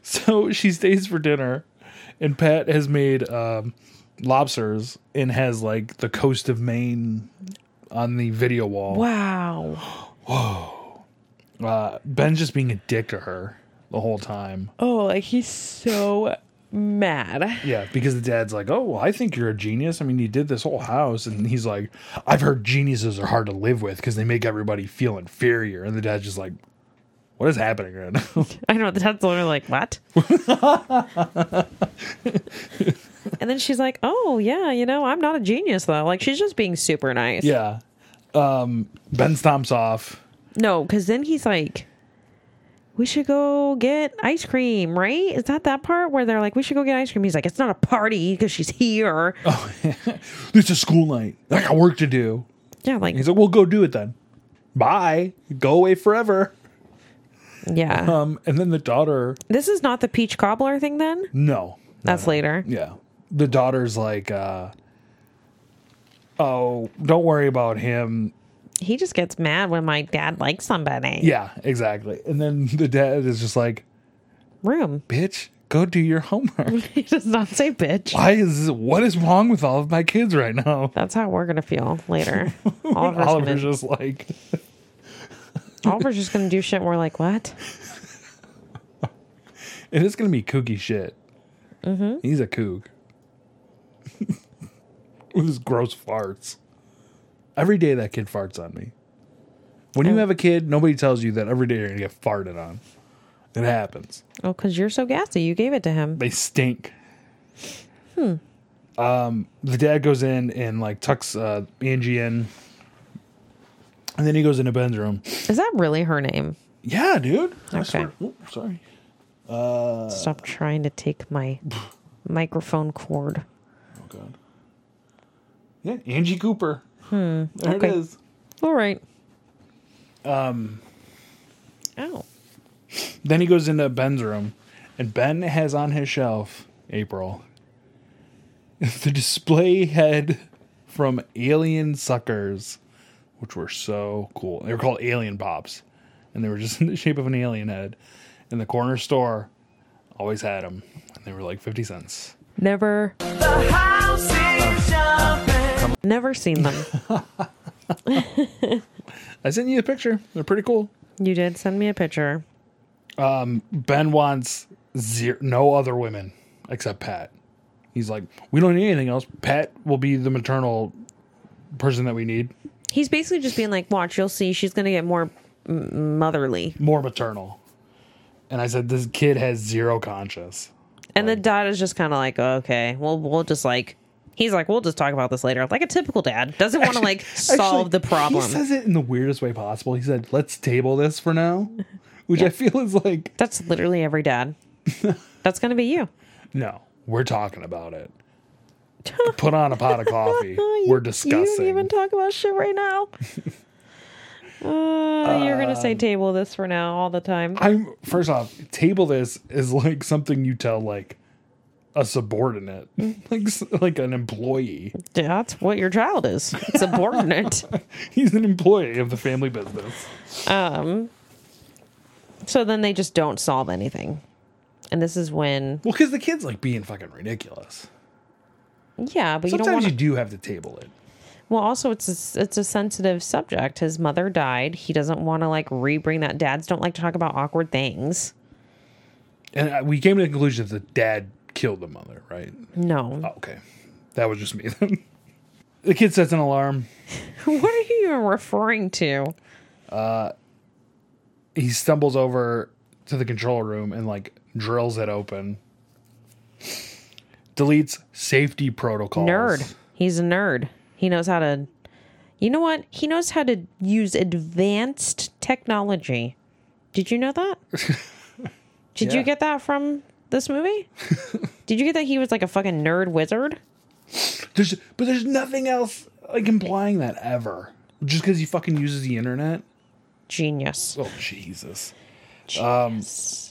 So she stays for dinner, and Pat has made um, lobsters and has like the coast of Maine on the video wall. Wow. Uh, Ben's just being a dick to her the whole time. Oh, like he's so mad. Yeah, because the dad's like, "Oh, I think you're a genius. I mean, you did this whole house." And he's like, "I've heard geniuses are hard to live with because they make everybody feel inferior." And the dad's just like, "What is happening right now?" I know the dad's literally like, what? and then she's like, oh yeah, you know, I'm not a genius though. Like she's just being super nice. yeah. Um, ben stomps off. No, because then he's like, we should go get ice cream, right? Is that that part where they're like, we should go get ice cream? He's like, it's not a party because she's here. It's a school night. I got work to do. Yeah, like He's like, "We'll go do it then. Bye. Go away forever." yeah. Um, and then the daughter, This is not the peach cobbler thing then. no, That's later. Yeah. The daughter's like, uh, oh, don't worry about him. He just gets mad when my dad likes somebody. Yeah, exactly. And then the dad is just like, Room. bitch, go do your homework. He does not say bitch. Why is what is wrong with all of my kids right now? That's how we're gonna feel later. Oliver's, Oliver's gonna, just like, Oliver's just gonna do shit. And we're like, what? it is gonna be kooky shit. He's a kook with his gross farts. Every day that kid farts on me. When you have a kid, nobody tells you that every day you're gonna get farted on. It happens. Oh, because you're so gassy. You gave it to him. they stink. Um, the dad goes in and like tucks uh, Angie in, and then he goes into Ben's room. Is that really her name? Yeah, dude. I Okay. swear. Oop, sorry. Stop trying to take my microphone cord. Oh god. Yeah, Angie Cooper. There Hmm. okay. it is. All right. Um. Oh. Then he goes into Ben's room, and Ben has on his shelf April. The display head from Alien Suckers, which were so cool. They were called Alien Pops, and they were just in the shape of an alien head. And the corner store always had them, and they were like 50 cents. Never, The house is jumping. never seen them. I sent you a picture. They're pretty cool. you did send me a picture. Ben wants zero, no other women except Pat. He's like, we don't need anything else. Pat will be the maternal person that we need. He's basically just being like, watch, you'll see. She's gonna get more m- motherly. more maternal. And I said, this kid has zero conscience. And the dad is just kind of like, okay, well, we'll just like, he's like, we'll just talk about this later. Like a typical dad doesn't want to like solve the problem. He says it in the weirdest way possible. He said, let's table this for now, which I feel is like, That's literally every dad. That's gonna be you. no, we're talking about it. Put on a pot of coffee. We're You discussing. don't even talk about shit right now. Uh, you're gonna Um, say table this for now all the time. I'm first off, table this is like something you tell like a subordinate, like s- like an employee. That's what your child is. Subordinate. He's an employee of the family business. so then they just don't solve anything. And this is when, Well, because the kid's like being fucking ridiculous. yeah, but you don't Sometimes want you to. do have to table it. Well, also it's a, s- it's a sensitive subject. His mother died. He doesn't want to like re-bring that. Dads don't like to talk about awkward things. And I- we came to the conclusion that the dad killed the mother, right? No. Okay. That was just me then. The kid sets an alarm. Oh. what are you even referring to? He stumbles over to the control room and like drills it open. Deletes safety protocols. Nerd. He's a nerd. He knows how to. You know what? He knows how to use advanced technology. Did you know that? Did Yeah. you get that from this movie? Did you get that he was like a fucking nerd wizard? There's but there's nothing else like implying that ever. Just because he fucking uses the internet. Genius. Oh Jesus. Um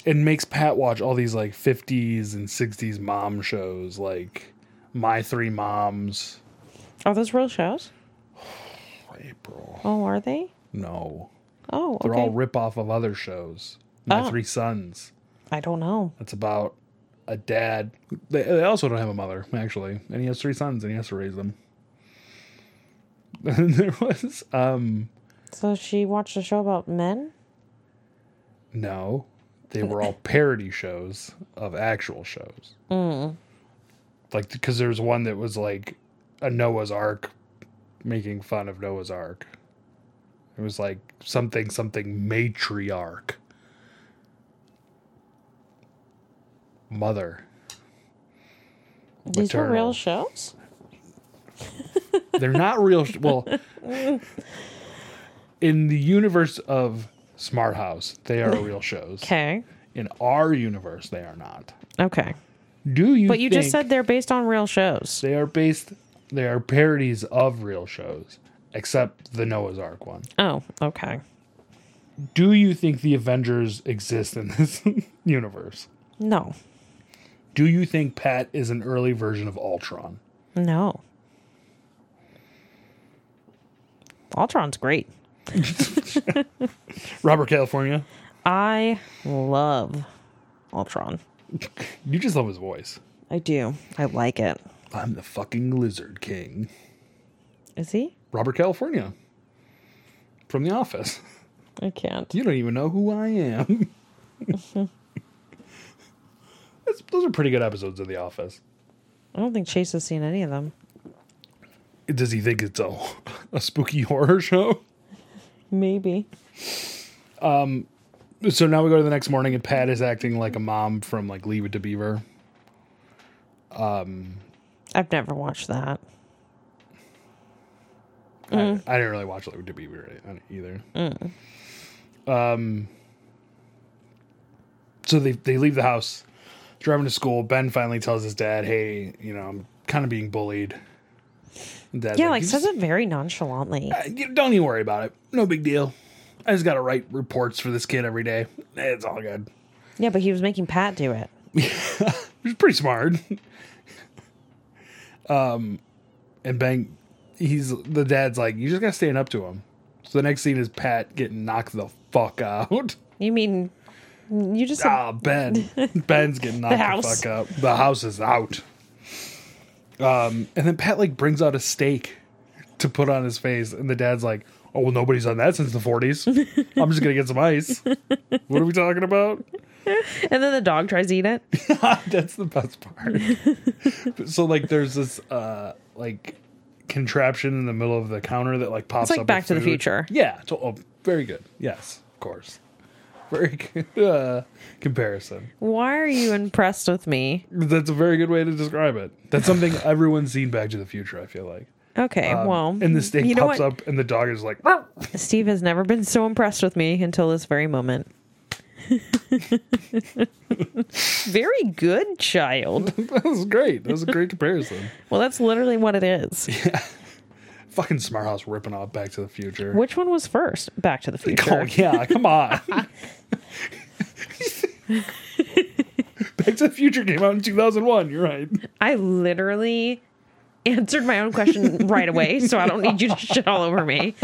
it makes Pat watch all these like 50s and 60s mom shows like My Three Moms, Are those real shows? April. Oh, are they? No. Oh, They're all okay. rip off of other shows. My Oh. Three Sons. I don't know. That's about a dad. They, they also don't have a mother, actually. And he has three sons and he has to raise them. And there was um So she watched a show about men? no. they were all parody shows of actual shows. Mm. Like, because there's one that was like a Noah's Ark making fun of Noah's Ark. It was like something, something matriarch. Mother. These were Maternal. real shows? They're not real. Sh- well, in the universe of Smart House, they are real shows. Okay. In our universe, they are not. Okay. Do you? But you just think said they're based on real shows. they are based. They are parodies of real shows, except the Noah's Ark one. Oh, okay. Do you think the Avengers exist in this universe? No. Do you think Pat is an early version of Ultron? No. Ultron's great. Robert California, I love Ultron. you just love his voice. I do. I like it. I'm the fucking Lizard King. Is he? Robert California from The Office. I can't. You don't even know who I am. That's, those are pretty good episodes of The Office. I don't think Chase has seen any of them. Does he think it's a, a spooky horror show? Maybe. So now we go to the next morning, and Pat is acting like a mom from like Leave It to Beaver. I've never watched that. Mm. I, I didn't really watch Leave It to Beaver either. Um. Mm. So they they leave the house, driving to school. Ben finally tells his dad, "Hey, you know, I'm kind of being bullied." And Dad's Yeah, like "You says just- it very nonchalantly. Uh, you- don't even worry about it. No big deal. I just got to write reports for this kid every day. It's all good. Yeah, but he was making Pat do it. He's pretty smart. um, and bang, he's the dad's like, you just got to stand up to him. So the next scene is Pat getting knocked the fuck out. You mean you just said, Ah, Ben. Ben's getting knocked the, house. fuck up. The house is out. Um, and then Pat like brings out a steak to put on his face, and the dad's like, "Oh well, nobody's done that since the '40s. I'm just gonna get some ice. What are we talking about? and then the dog tries to eat it. That's the best part. so like, there's this uh like contraption in the middle of the counter that like pops like up. with Back to the food. Future. Yeah. To- oh, very good. Yes, of course. Very good uh, comparison. Why are you impressed with me? That's a very good way to describe it. That's something everyone's seen Back to the Future, I feel like. Okay, well, Um, And the steak you know pops what? up and the dog is like, Steve has never been so impressed with me until this very moment. very good, child. that was great. That was a great comparison. Well, that's literally what it is. Fucking Smart House ripping off Back to the Future. Which one was first? Back to the Oh, Future. yeah, come on. Back to the Future came out in 2001. You're right. I literally answered my own question right away, so I don't need you to shit all over me.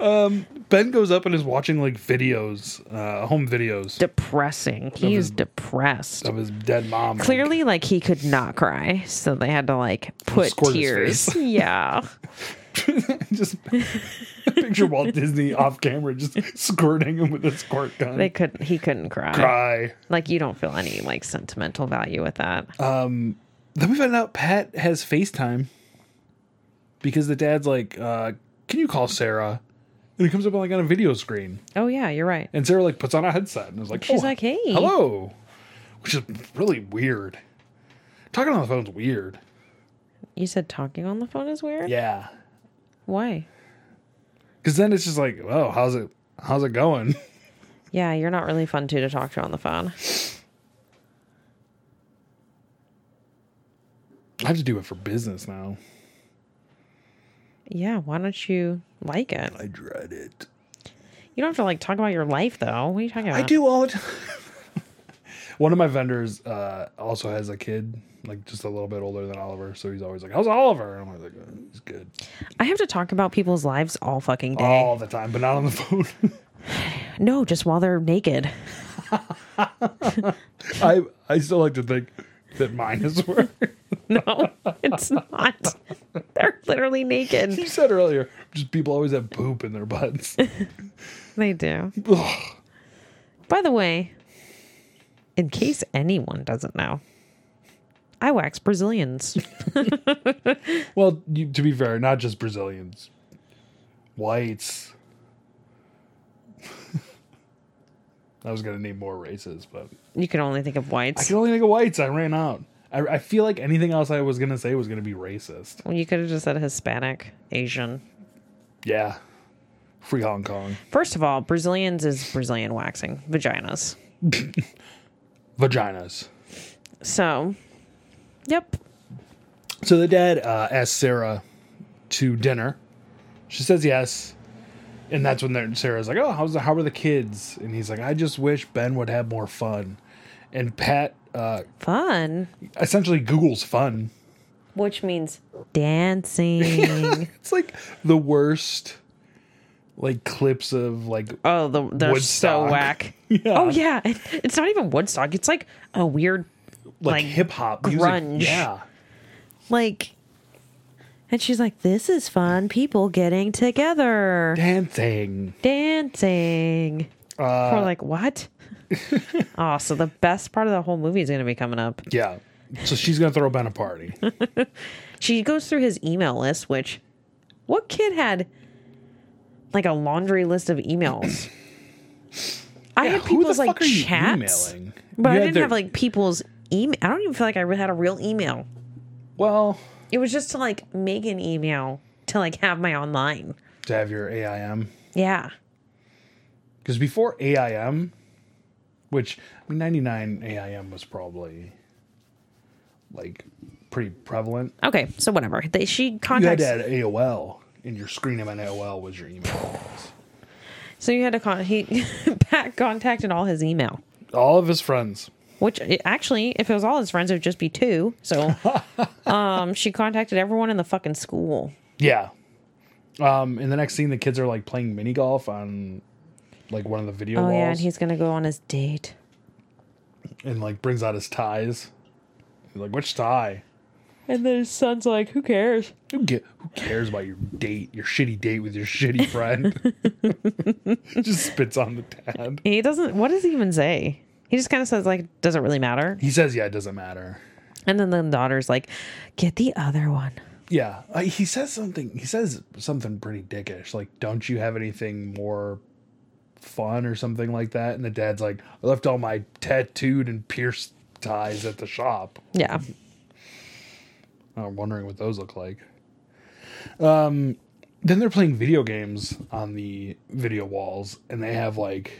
Ben goes up and is watching like videos, uh, home videos Depressing. He his- is depressed. of his dead mom. like, Clearly, like he could not cry, so they had to like put Squirt his tears. face. Yeah. just picture Walt Disney off camera just squirting him with a squirt gun. They couldn't. He couldn't cry. cry. Like you don't feel any like sentimental value with that. Then we find out Pat has FaceTime because the dad's like, uh, "Can you call Sarah?" And it comes up on like on a video screen, oh yeah, you're right. and Sarah like puts on a headset and is like, She's "Oh, like, "Hey." hello," which is really weird. Talking on the phone's weird. You said talking on the phone is weird. Yeah, Why? because then it's just like, "Oh, how's it? How's it going?" Yeah, you're not really fun too to talk to on the phone. I have to do it for business now. Yeah, why don't you like it? I dread it. You don't have to like talk about your life though. What are you talking about? I do all the time. One of my vendors uh, also has a kid, like just a little bit older than Oliver, so he's always like, "How's Oliver?" And I'm always like, "Uh, "He's good I have to talk about people's lives all fucking day. all the time, but not on the phone." No, just while they're naked. I I still like to think that mine is worse. No, it's not. They're literally naked. you said earlier, just people always have poop in their butts. They do. Ugh. By the way, in case anyone doesn't know, I wax Brazilians. Well, you, to be fair, not just Brazilians, whites. I was gonna name more races, but you can only think of I whites. could only think of whites. I ran out. I, I feel like anything else I was gonna say was gonna be racist. Well, you could have just said Hispanic, Asian. Yeah, free Hong Kong, First of all, Brazilians is Brazilian waxing vaginas. vaginas. So, yep. So the dad uh, asks Sarah to dinner. She says yes, and that's when they're- Sarah's like, "Oh, how's the, how are the kids?" And he's like, "I just wish Ben would have more fun." And Pat uh, Fun, essentially Google's fun. which means dancing. It's like the worst, like clips of like oh, the, they're Woodstock. so whack. Yeah. Oh, yeah. It, it's not even Woodstock. It's like a weird, like, like hip hop grunge. music. Yeah, like. And she's like, this is fun. People getting together. dancing. dancing. Uh, We're like, what? oh, so the best part of the whole movie is going to be coming up. Yeah. So she's gonna throw Ben a party. She goes through his email list, which what kid had like a laundry list of emails? I Yeah, had people's like chats, You but I had didn't their- have like people's email. I don't even feel like I really had a real email. well It was just to like make an email to like have my online. to have your AIM. Yeah. Because before AIM, which I mean, 99 AIM was probably like pretty prevalent. Okay. So whatever. They, she You had contacts. to add AOL, and your screen name on AOL was your email. address. So you had to con- he Pat contacted all his email. All of his friends. which it- actually if it was all his friends it would just be two so um she contacted everyone in the fucking school Yeah. Um, in the next scene, the kids are like playing mini golf on like one of the video oh walls, yeah and, and he's gonna go on his date like brings out his ties. He's like, which tie? and then his son's like who cares Who, ge- who cares about your date, your shitty date with your shitty friend? Just spits on the dad. he doesn't what does he even say he just kind of says like does it really matter He says, yeah, it doesn't matter. and then the daughter's like get the other one Yeah, uh, he says something. He says something pretty dickish, like, "Don't you have anything more fun or something like that?" And the dad's like, "I left all my tattooed and pierced ties at the shop. yeah I'm wondering what those look like." Um, then they're playing video games on the video walls, and they have like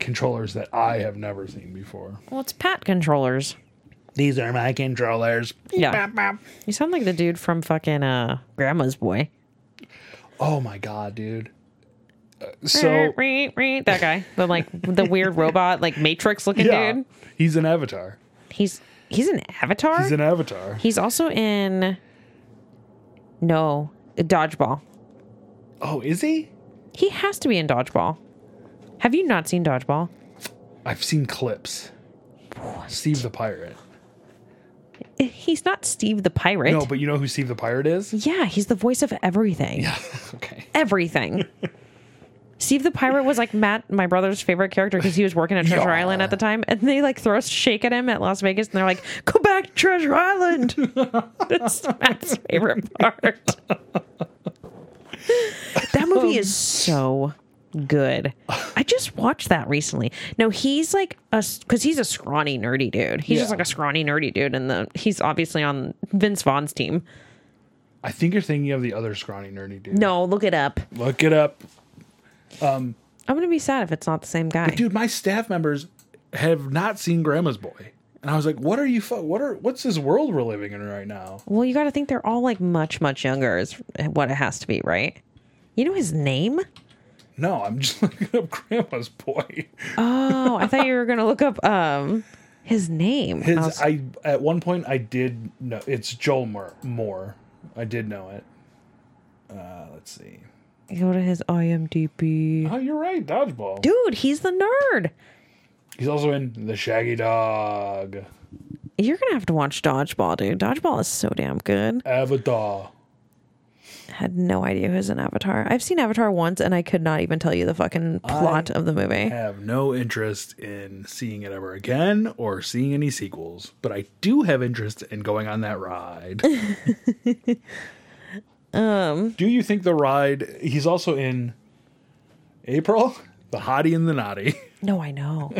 controllers that I have never seen before. well it's pat controllers These are my controllers. yeah you sound like the dude from fucking uh grandma's boy Oh my god, dude. Uh, so that guy the like the weird robot like matrix looking yeah, dude he's an avatar. he's he's an avatar He's an avatar. He's also in no dodgeball. Oh, is he? He has to be in dodgeball. Have you not seen dodgeball? I've seen clips. Steve the pirate. He's not Steve the pirate. No, but you know who Steve the pirate is? yeah, he's the voice of everything. okay. Everything. Steve the pirate was like Matt, my brother's favorite character because he was working at Treasure Yeah. Island at the time, and they like throw a shake at him at Las Vegas, and they're like, "Go back to Treasure Island." That's Matt's favorite part. that movie is so good. I just watched that recently. No, he's like a because he's a scrawny nerdy dude. He's just Yeah. like a scrawny nerdy dude, and the he's obviously on Vince Vaughn's team. I think you're thinking of the other scrawny nerdy dude. No, look it up. Look it up. I'm gonna be sad if it's not the same guy. Dude, my staff members have not seen Grandma's Boy. And I was like, what are you fu- what are what's this world we're living in right now? Well, you got to think they're all like much, much younger is what it has to be, right? You know his name? No, I'm just looking up Grandma's Boy. Oh, I thought you were gonna look up um his name. I His was- I at one point I did know it's Joel Moore. Moore. I did know it. Uh, let's see. go to his IMDb. Oh, you're right, dodgeball. Dude, he's the nerd. He's also in The Shaggy Dog, You're gonna have to watch Dodgeball, dude. Dodgeball is so damn good. Avatar. had no idea who's in Avatar. I've seen Avatar once and I could not even tell you the fucking plot of the movie. have no interest in seeing it ever again or seeing any sequels, but I do have interest in going on that ride. um, do you think the ride? He's also in April, the hottie and the naughty. No, I know.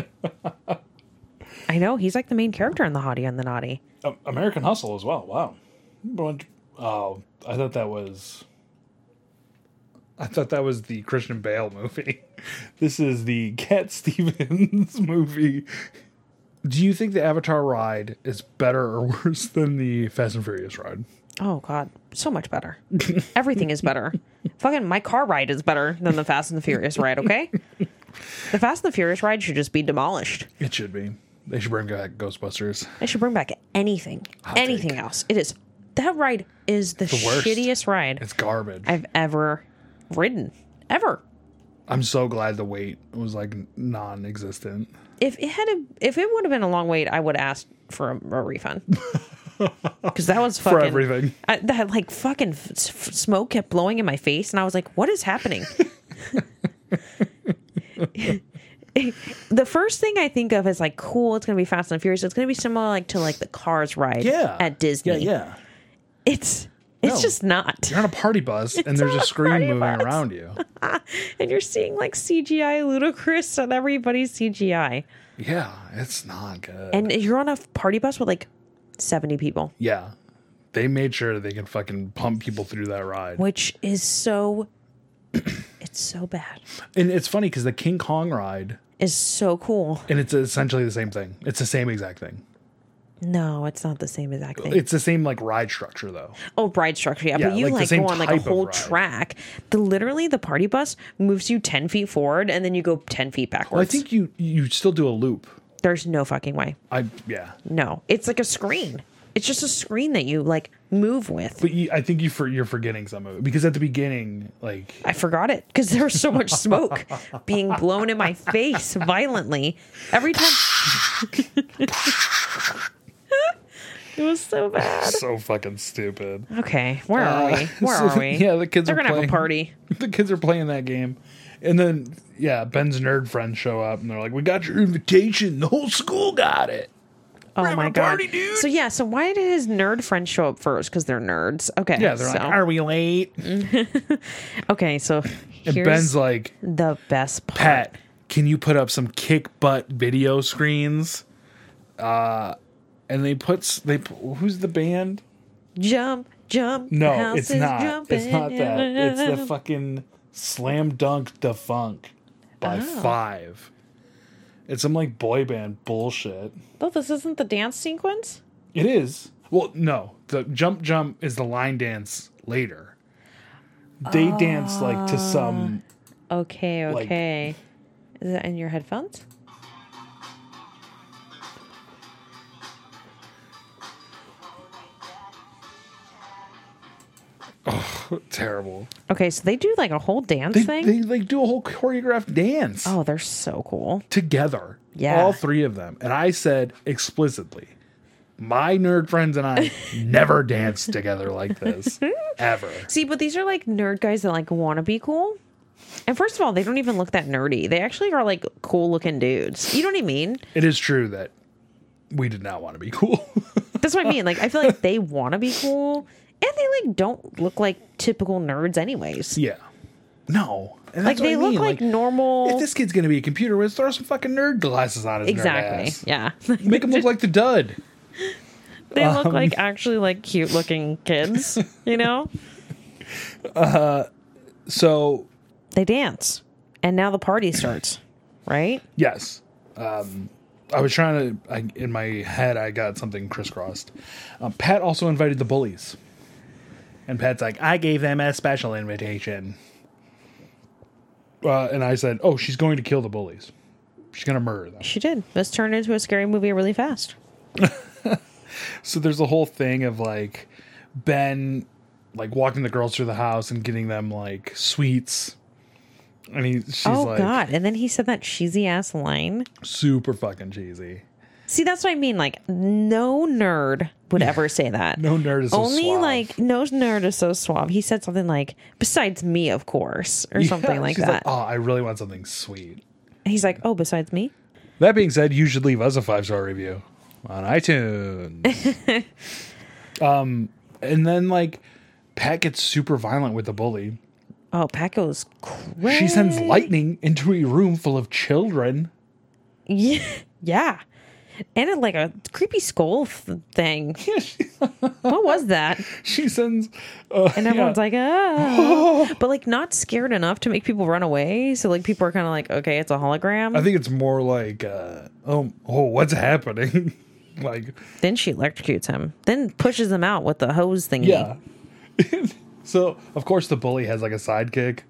I know. He's like the main character in The Hottie and the Naughty. Um, American Hustle as well. Wow. Bunch- Oh, I thought that was. I thought that was the Christian Bale movie. This is the Cat Stevens movie. Do you think the Avatar ride is better or worse than the Fast and Furious ride? Oh, God. So much better. Everything is better. Fucking my car ride is better than the Fast and the Furious ride, okay? The Fast and the Furious ride should just be demolished. It should be. They should bring back Ghostbusters. They should bring back anything, Hot anything take. else. It is. That ride is the, worst. shittiest ride It's garbage. i I've ever ridden. Ever. am so glad the wait was like non-existent. if it had a, if it would have been a long wait, I would ask for a, a refund because that was fucking everything. I, that like fucking f- s- f- smoke kept blowing in my face, and I was like, "What is happening?" the first thing I think of is like, "Cool, it's gonna be Fast and Furious. It's gonna be similar like to like the Cars ride at Disney." Yeah, yeah. It's it's No. just not, You're on a party bus and there's not a a screen party moving bus. around you. and you're seeing like CGI ludicrous on everybody's CGI, Yeah, it's not good. and you're on a party bus with like seventy people. Yeah. They made sure they could fucking pump people through that ride. which is so it's so bad And it's funny because the King Kong ride, is so cool and it's essentially the same thing. It's the same exact thing. no it's not the same exact thing It's the same like ride structure though. oh ride structure yeah, Yeah, but you like the like, same go on like a type of whole ride. track the literally the party bus moves you 10 feet forward and then you go 10 feet backwards Well, I think you you still do a loop. there's no fucking way I yeah, no it's like a screen it's just a screen that you like move with but you, I think you for, you're forgetting some of it because at the beginning, like I forgot it because there was so much smoke being blown in my face violently every time. it was so bad. so fucking stupid. Okay, where are Uh, we? Where so are we? yeah, the kids They're are gonna playing. have a party. the kids are playing that game, and then yeah, Ben's nerd friends show up and they're like, "We got your invitation. The whole school got it." Oh having my a god! party, dude. So yeah, so why did his nerd friends show up first? Because they're nerds. Okay. Yeah, they're so, like, "Are we late?" okay, so And here's Ben's like, the best part. Pat, can you put up some kick butt video screens? Uh, and they puts they pu- who's the band? Jump, jump. the No, house it's is not. It's not jumping. that. It's the fucking slam dunk defunk Oh. by five. It's some like boy band bullshit. Oh, this isn't the dance sequence. It is. Well, no, the jump jump is the line dance later. They dance like to some Okay, Like- okay. Is that in your headphones? terrible. Okay, so they do like a whole dance They, thing. they like do a whole choreographed dance. oh, they're so cool. together. Yeah. All three of them. And I said explicitly, my nerd friends and I never danced together like this. Ever. See, but these are like nerd guys that like want to be cool. And first of all, they don't even look that nerdy. They actually are like cool looking dudes. You know what I mean? It is true that we did not want to be cool. That's what I mean. Like, I feel like they want to be cool and they like don't look like typical nerds, anyways. yeah. No. And like, that's what they I look mean, like, normal. if this kid's gonna be a computer whiz, throw some fucking nerd glasses on his exactly. nerd ass. Yeah. Make him look like the dud. they look like actually like cute looking kids, you know? So they dance and now the party starts right Yes. Um, I was trying to, I, in my head, I got something crisscrossed. Um, Pat also invited the bullies. And Pat's like, I gave them a special invitation. Uh, and I said, Oh, she's going to kill the bullies. She's going to murder them. she did this turned into a scary movie really fast So there's the whole thing of like Ben, like walking the girls through the house and getting them like sweets. And he, she's oh like, god and then he said that cheesy ass line super fucking cheesy. See, that's what I mean. Like, no nerd would ever say that. No nerd is so only suave. like no nerd is so suave. He said something like, "Besides me, of course," or something Yeah, like she's that. oh, I really want something sweet. He's like, "Oh, besides me." That being said, you should leave us a five star review on iTunes. um, and then like Pat gets super violent with the bully. Oh, Paco's crazy. She sends lightning into a room full of children. Yeah, yeah, and it, like a creepy skull th- thing. what was that? She sends, uh, And everyone's like, ah, but like not scared enough to make people run away. So like people are kind of like, okay, it's a hologram. I think it's more like, uh, oh, oh, what's happening? like, then she electrocutes him. Then pushes him out with the hose thingy. yeah. so of course the bully has like a sidekick.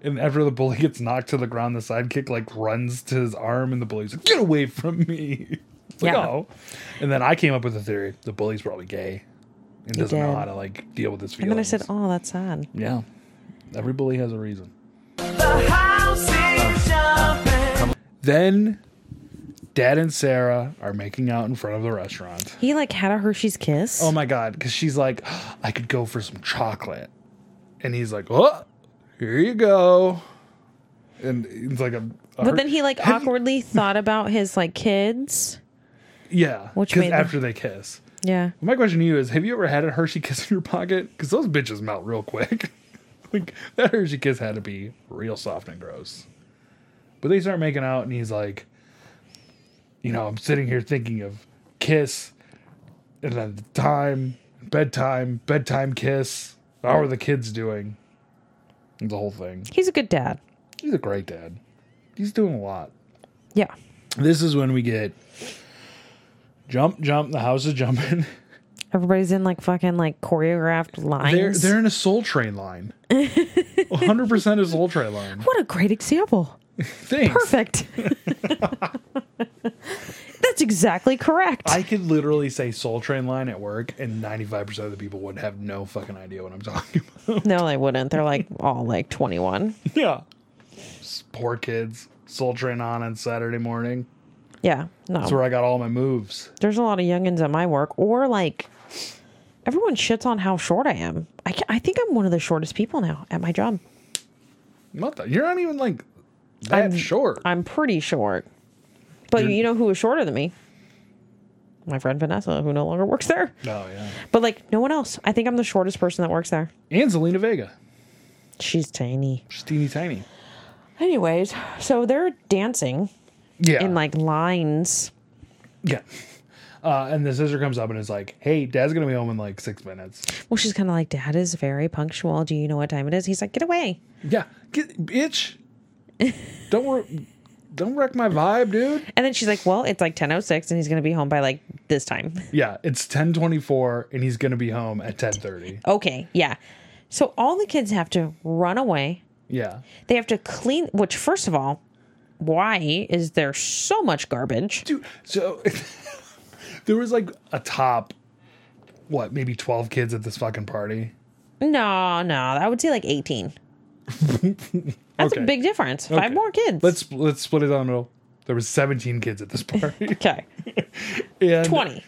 And after the bully gets knocked to the ground, the sidekick like runs to his arm, and the bully's like, "Get away from me!" It's like, Yeah. oh. And then I came up with a theory: the bully's probably gay and doesn't know did. how to like deal with his And feelings. then I said, oh, that's sad. "Yeah, every bully has a reason." The house is jumping. Then, Dad and Sarah are making out in front of the restaurant. He like had a Hershey's kiss. Oh my god, because she's like, I could go for some chocolate, and he's like, oh, here you go, and it's like a. a but then he like awkwardly thought about his like kids. yeah, Which because made them- after they kiss. Yeah. My question to you is: Have you ever had a Hershey kiss in your pocket? Because those bitches melt real quick. like that Hershey kiss had to be real soft and gross. But they start making out, and he's like, you know, I'm sitting here thinking of kiss, and then the time, bedtime, bedtime kiss. How are the kids doing? The whole thing. He's a good dad. He's a great dad. He's doing a lot. Yeah. This is when we get jump, jump. The house is jumping. Everybody's in like fucking like choreographed They're lines. they're in a Soul Train line. 100% a Soul Train line. what a great example. Thanks. Perfect. that's exactly correct. I could literally say Soul Train line at work, and 95% of the people would have no fucking idea what I'm talking about. no, they wouldn't. They're like all like 21. yeah. S- Poor kids. Soul Train on on Saturday morning. Yeah. No. That's where I got all my moves. There's a lot of youngins at my work, or like everyone shits on how short I am. I, ca- I think I'm one of the shortest people now at my job. Not that, you're not even like that short. I'm pretty short, but You're- you know who was shorter than me? My friend Vanessa, who no longer works there. oh, yeah. But like no one else. I think I'm the shortest person that works there. And Zelina Vega. She's tiny. She's teeny tiny. Anyways, so they're dancing Yeah. in like lines. yeah. Uh, and the sister comes up and is like, hey, dad's going to be home in like six minutes. Well, she's kind of like, Dad is very punctual. Do you know what time it is? He's like, Get away. Yeah, get, bitch. don't wor- don't wreck my vibe, dude. And then she's like, Well, it's like 10.06 and he's going to be home by like this time. Yeah, it's ten twenty four, and he's gonna be home at ten thirty. Okay, yeah. So all the kids have to run away. Yeah, They have to clean, which, first of all, why is there so much garbage? dude. So there was like a top, what maybe twelve kids at this fucking party. No, no, I would say like 18. That's Okay. a big difference. Five Okay. more kids. Let's let's split it down the middle. There was seventeen kids at this party. okay, and 20.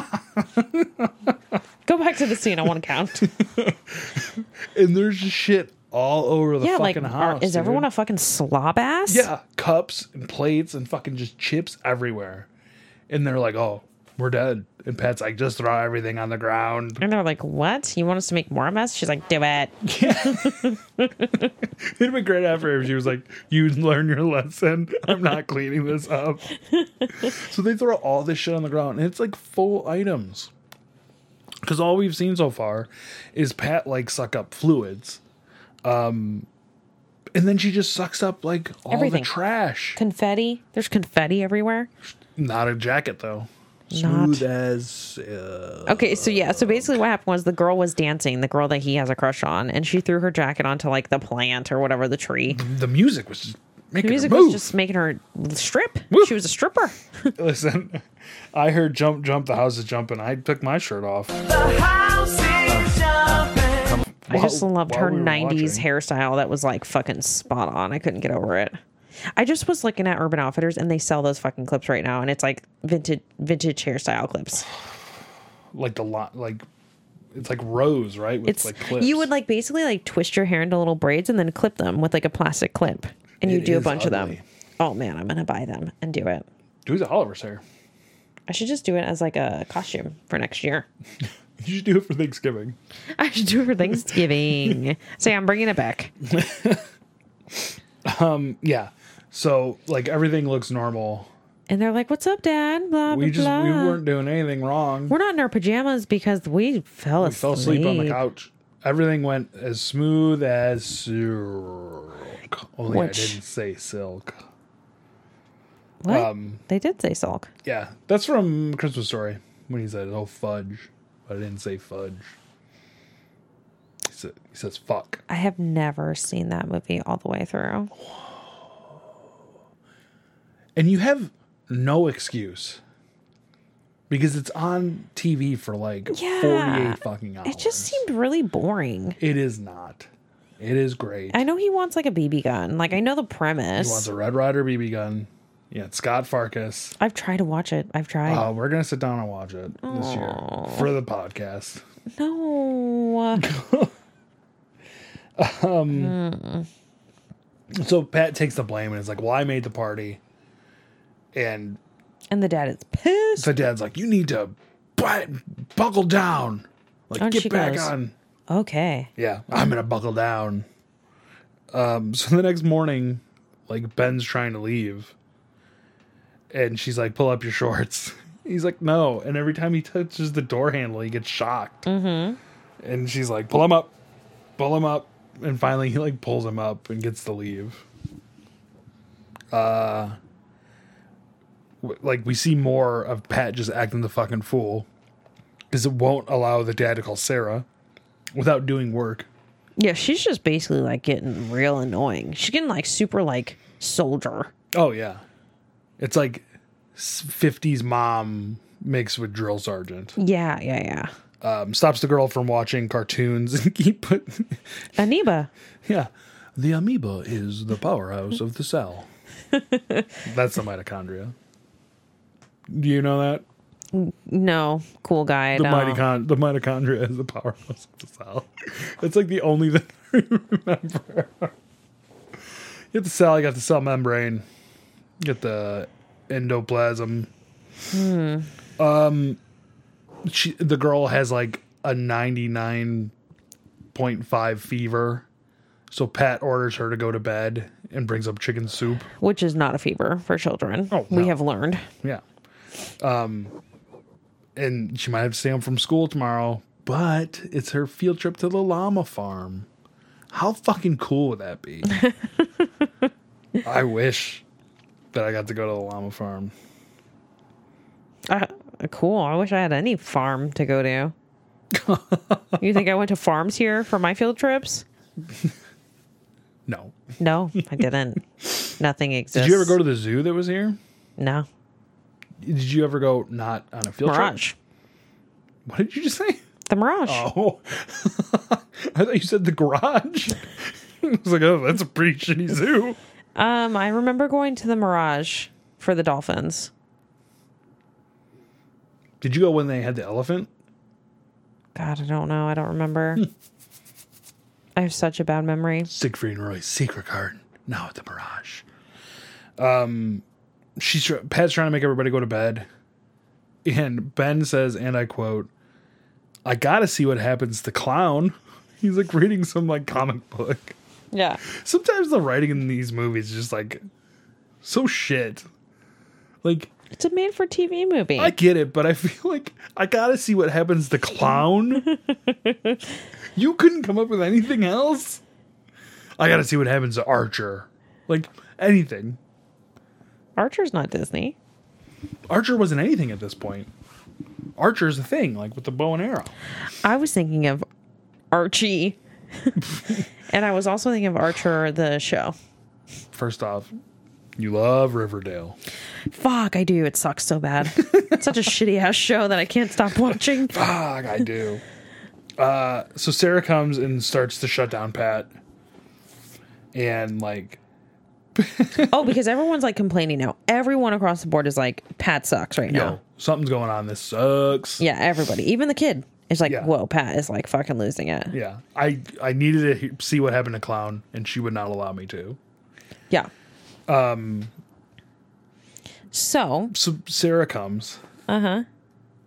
Go back to the scene. I want to count. and there's just shit all over the Yeah, like, fucking are- house. is dude. everyone a fucking slob ass? Yeah, cups and plates and fucking just chips everywhere. And they're like, "Oh, we're dead." And Pat's like, "Just throw everything on the ground." And they're like, what? You want us to make more mess? She's like, do it. It'd be great after if she was like, "You learn your lesson. I'm not cleaning this up." so they throw all this shit on the ground, and it's like full items. Because all we've seen so far is Pat like suck up fluids, um, and then she just sucks up like all Everything. the trash. Confetti. There's confetti everywhere. Not a jacket though. Not- Smooth as uh, Okay, so yeah, so basically what happened was the girl was dancing, the girl that he has a crush on, and she threw her jacket onto like the plant or whatever the tree. the music was just Mm-hmm. making The music her move. was just making her strip. She was a stripper. Listen, I heard jump, jump. The house is jumping. I took my shirt off. The house is jumping. I just While- loved while her we were 90s watching. hairstyle that was like fucking spot on. I couldn't get over it. I just was looking at Urban Outfitters and they sell those fucking clips right now, and it's like vintage vintage hairstyle clips. Like the lot, like it's like rows, right? With It's you would like basically like twist your hair into little braids and then clip them with like a plastic clip, and you It do a is bunch of ugly. them. Oh man, I'm gonna buy them and do it. do the Oliver's hair. I should just do it as like a costume for next year. You should do it for Thanksgiving. I should do it for Thanksgiving. Say I'm bringing it back. Yeah. So like everything looks normal. And they're like, "What's up, Dad?" Blah blah We just blah. we weren't doing anything wrong. We're not in our pajamas because we fell We asleep. fell asleep on the couch. Everything went as smooth as silk. Only Which- I didn't say silk. What? Um, they did say sulk. Yeah, that's from Christmas Story when he said, "Oh fudge," but I didn't say fudge. He, said, he says fuck. I have never seen that movie all the way through. and you have no excuse because it's on TV for like Yeah. 48 fucking hours. It just seemed really boring. It is not. It is great. I know he wants like a BB gun. Like I know the He wants premise. a Red Rider BB gun. Yeah, it's Scott Farkas. I've tried to watch it. I've tried. Uh, we're gonna sit down and watch it this year for the podcast. no. So Pat takes the blame and is like, "Well, I made the party," and and the dad is pissed. so Dad's like, "You need to bu- buckle down, like And she get back goes, on." okay. Yeah, I'm gonna buckle down. Um, so the next morning, like Ben's trying to leave, and she's like, "Pull up your shorts." He's like, "No," and every time he touches the door handle, he gets shocked. Mm-hmm. And she's like, "Pull him up, pull him up," and finally he like pulls him up and gets to leave. Uh, w- like we see more of Pat just acting the fucking fool because it won't allow the dad to call Sarah without doing work. Yeah, she's just basically like getting real annoying. She's getting like super like soldier. Oh yeah, it's like fifties mom mixed with drill sergeant. Yeah, yeah, yeah. Um, stops the girl from watching cartoons and keep put. Aniba. yeah, the amoeba is the powerhouse of the cell. That's the mitochondria. Do you know that No, cool guy. the no. mitochon- the mitochondria is the powerhouse of the cell? It's like the only thing I remember. You get the cell. You got the cell membrane. You get the endoplasm. Um, she, the girl has like a 99.5 fever. So Pat orders her to go to bed and brings up chicken soup. Which is not a fever for children. Oh, We no. have learned. Yeah. Um, and she might have to stay home from school tomorrow, but it's her field trip to the llama farm. How fucking cool would that be? I wish that I got to go to the llama farm. Uh, cool. I wish I had any farm to go to. you think I went to farms here for my field trips? No. No, I didn't. Nothing exists. Did you ever go to the zoo that was here? No. Did you ever go not on a field trip? Mirage. What did you just say? The Mirage. Oh, I thought you said the garage. I was like, oh, that's a pretty shitty zoo. Um, I remember going to the Mirage for the dolphins. Did you go when they had the elephant? God, I don't know. I don't remember. I have such a bad memory. Siegfried and Roy's secret garden, now at the Mirage. Um, she's tr- Pat's trying to make everybody go to bed, and Ben says, and I quote, "I gotta see what happens to Clown." He's like reading some like comic book. Yeah. Sometimes the writing in these movies is just like so shit. Like It's a made for TV movie. I get it, but I feel like I gotta see what happens to Clown. you couldn't come up with anything else. I gotta see what happens to Archer. Like anything. Archer's not Disney. Archer wasn't anything at this point. Archer's a thing, like with the bow and arrow. I was thinking of Archie. and I was also thinking of Archer, the show. First off, you love Riverdale. Fuck, I do. It sucks so bad. it's such a shitty ass show that I can't stop watching. Fuck, Ah, I do. uh, so Sarah comes and starts to shut down Pat, and like oh, because everyone's like complaining now. Everyone across the board is like, Pat sucks right now. Yo, something's going on. This sucks. Yeah, everybody, even the kid is like, Yeah. whoa, Pat is like fucking losing it. Yeah. Yeah. I I needed to he- see what happened to Clown, and she would not allow me to. Um, So So Sarah comes. Uh huh. Uh-huh.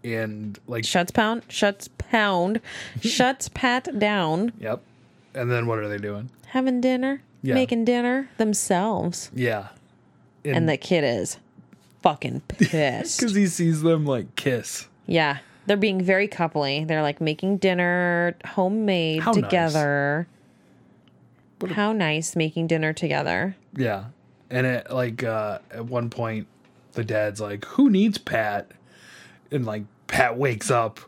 And like, shuts pound, shuts pound, shuts Pat down, yep. And then what are they doing? having dinner, Yeah. making dinner themselves, Yeah. and Mm. the kid is fucking pissed. Because he sees them like kiss. Yeah. They're being very coupley. They're like making dinner homemade How nice. together. How nice making dinner together. Yeah. And it like uh at one point the dad's like, Who needs Pat? And like Pat wakes up,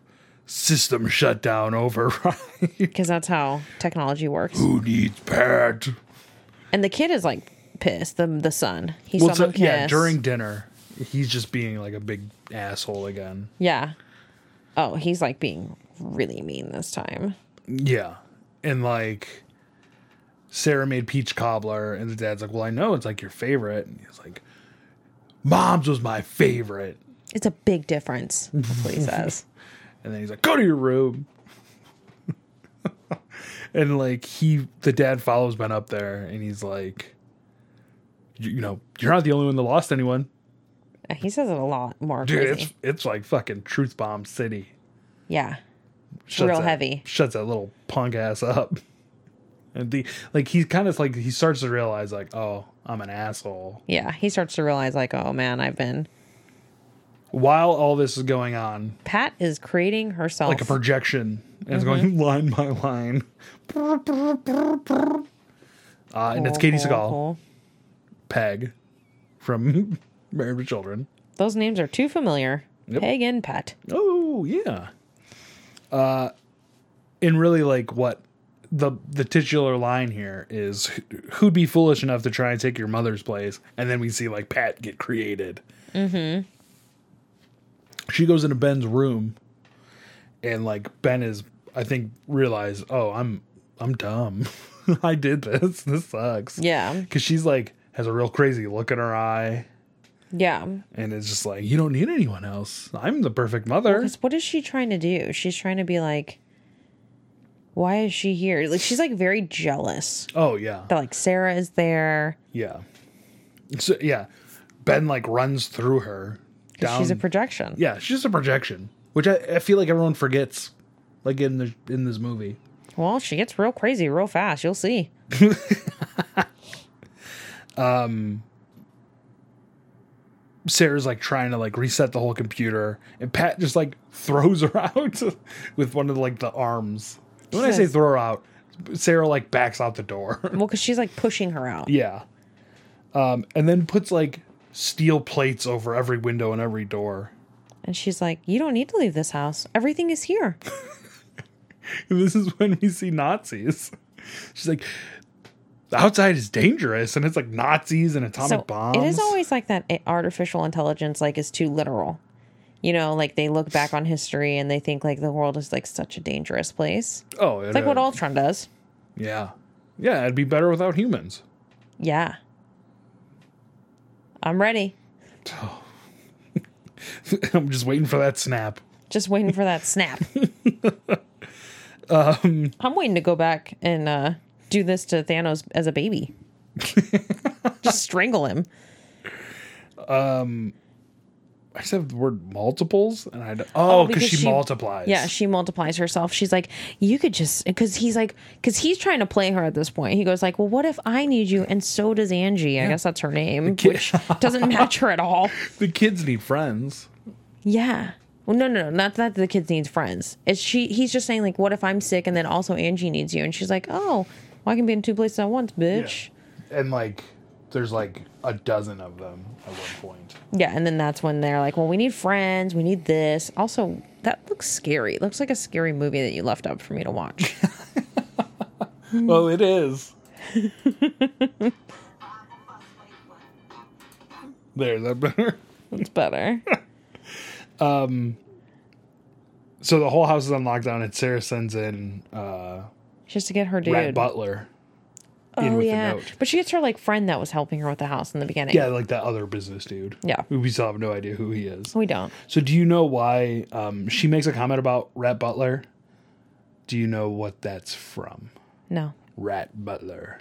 system shutdown override. Because that's how technology works. Who needs Pat? And the kid is like pissed, the the son. He Well, saw so, him kiss. yeah, during dinner, he's just being like a big asshole again. Yeah. Oh, he's like being really mean this time. Yeah. And like Sarah made peach cobbler and the dad's like, Well, I know it's like your favorite. And he's like, Mom's was my favorite. It's a big difference, that's what he says. And then he's like, "Go to your room." and like he, the dad follows Ben up there, and he's like, "You, you know, you're not the only one that lost anyone, Uh, He says it a lot more dude. crazy. It's it's like fucking truth bomb city. Yeah. Shuts Real that- heavy. Shuts that little punk ass up." And the like, he kind of like he starts to realize like, "Oh, I'm an asshole." Yeah. He starts to realize like, oh man, I've been While all this is going on, Pat is creating herself. like a projection and it's going Mm-hmm. line by line. Uh, and it's Katie Seagal, Peg from Married with Children. Those names are too familiar. Yep. Peg and Pat. Oh yeah. Uh, and really, like what the the titular line here is: "Who- who'd be foolish enough to try and take your mother's place? And then we see like Pat get created. Mm-hmm. She goes into Ben's room, and like Ben is, I think, realize, oh, I'm I'm dumb. I did this. This sucks. Yeah. Because she's like has a real crazy look in her eye, Yeah. and is just like, you don't need anyone else. I'm the perfect mother. Because what is she trying to do? She's trying to be like, why is she here? Like, she's like very jealous Oh yeah. that like Sarah is there. Yeah. So yeah, Ben like runs through her 'cause down. She's a projection. yeah, she's just a projection, which I, I feel like everyone forgets, like in the in this movie. Well, she gets real crazy real fast. You'll see. Sarah's like trying to like reset the whole computer, and Pat just like throws her out with one of like the arms. When I say Jesus. throw her out, Sarah like backs out the door. Well, because she's like pushing her out. yeah, um, and then puts like steel plates over every window and every door. And she's like, you don't need to leave this house. Everything is here. this is when we see Nazis. She's like, the outside is dangerous, and it's like Nazis and atomic so bombs. it is always like that eh, artificial intelligence like is too literal. You know, like they look back on history and they think like the world is like such a dangerous place. oh, It's like what Ultron does. Yeah, yeah, it'd be better without humans. Yeah. I'm ready. I'm just waiting for that snap. Just waiting for that snap. I'm waiting to go back and uh, do this to Thanos as a baby. Just strangle him. I just have the word multiples, and I don't- oh, because because she, she- multiplies. Yeah, she multiplies herself. She's like, you could just because he's like, because he's trying to play her at this point. He goes like, well, what if I need you and so does Angie? I guess that's her name, kid- which doesn't match her at all. the kids need friends. Yeah. Well, no, no, no, not that the kids needs friends. It's she. He's just saying like, what if I'm sick and then also Angie needs you? And she's like, oh, well, I can be in two places at once, bitch. And like, there's like a dozen of them at one point. Yeah. and then that's when they're like, well, we need friends. We need this. Also, that looks scary. It looks like a scary movie that you left up for me to watch. Mm. Well, it is. there, is that better? it's better. so the whole house is on lockdown and sarah sends in uh Just to get her dude. rat butler in oh with yeah, a note. but she gets her like friend that was helping her with the house in the beginning. Yeah, like that other business dude. Yeah. Who we still have no idea who he is. we don't. So do you know why um, she makes a comment about Rat Butler? Do you know what that's from? No. Rat Butler.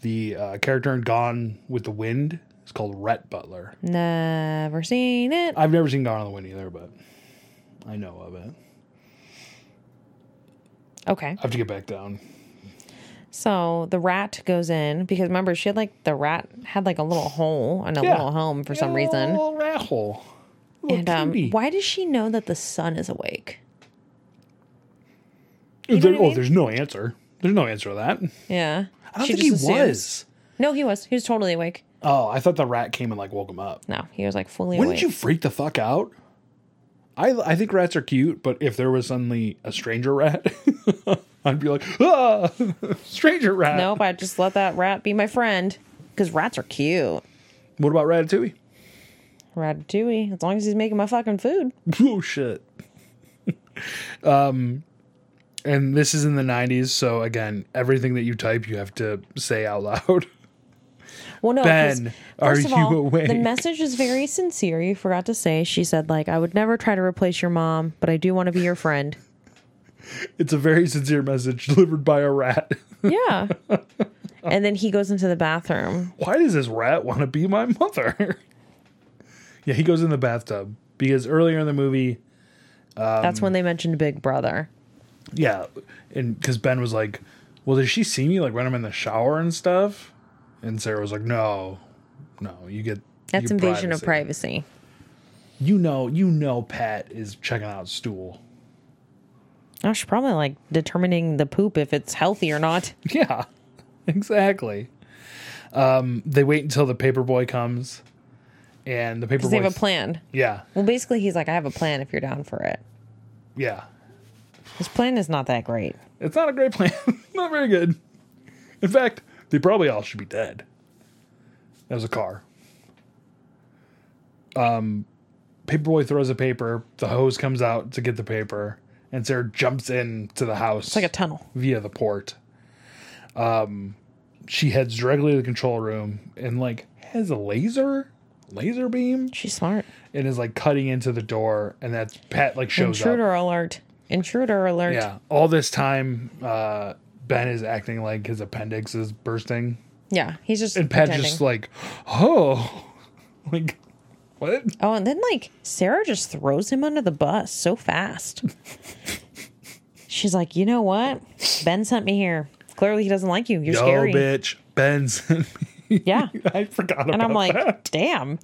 The uh, character in Gone with the Wind is called Rat Butler. Never seen it. I've never seen Gone with the Wind either, but I know of it. Okay. I have to get back down. So the rat goes in because remember she had like the rat had like a little hole in a Yeah. little home for some Yeah, reason. Little rat hole. Little And um, cutie. why does she know that the sun is awake? know There- what I oh, mean? there's no answer. There's no answer to that. Yeah. I don't She think he just assumes- was. No, he was. He was totally awake. Oh, I thought the rat came and like woke him up. No, he was like fully Wouldn't awake. you freak the fuck out? I I think rats are cute, but if there was suddenly a stranger rat, I'd be like, ah, stranger rat. Nope, I just let that rat be my friend because rats are cute. What about ratatouille? Ratatouille, as long as he's making my fucking food. Oh shit. um, and this is in the '90s, so again, everything that you type, you have to say out loud. Well, no, 'cause Ben, are first of you all, awake? the message is very sincere. You forgot to say she said like I would never try to replace your mom, but I do want to be your friend. it's a very sincere message delivered by a rat. Yeah. and then he goes into the bathroom. why does this rat want to be my mother? yeah, he goes in the bathtub because earlier in the movie, That's Um, when they mentioned Big Brother. yeah, and because Ben was like, "Well, did she see me like when I'm in the shower and stuff?" And Sarah was like, "No, no, you get That's your invasion of privacy. You know, you know, Pat is checking out stool. I should probably like determining the poop if it's healthy or not. Yeah, exactly. Um, they wait until the paperboy comes, and the paperboy. Because they have a plan. Yeah, Well, basically, he's like, I have a plan if you're down for it. yeah. His plan is not that great. It's not a great plan. not very good. In fact, they probably all should be dead. That was a car. Um, Paperboy throws a paper. The hose comes out to get the paper, and Sarah jumps in to the house It's like a tunnel. via the port. Um, she heads directly to the control room and like has a laser, laser beam, She's smart. and is like cutting into the door. And that's Pat like shows up. Intruder alert. Intruder alert. Yeah. All this time, uh, Ben is acting like his appendix is bursting, Yeah, he's just and Pat's pretending. just like, "Oh, like what?" oh, and then like Sarah just throws him under the bus so fast. She's like, you know what? Ben sent me here. Clearly, he doesn't like you. You're Yo, scary. bitch, Ben's. Yeah, I forgot about and I'm like, that. damn.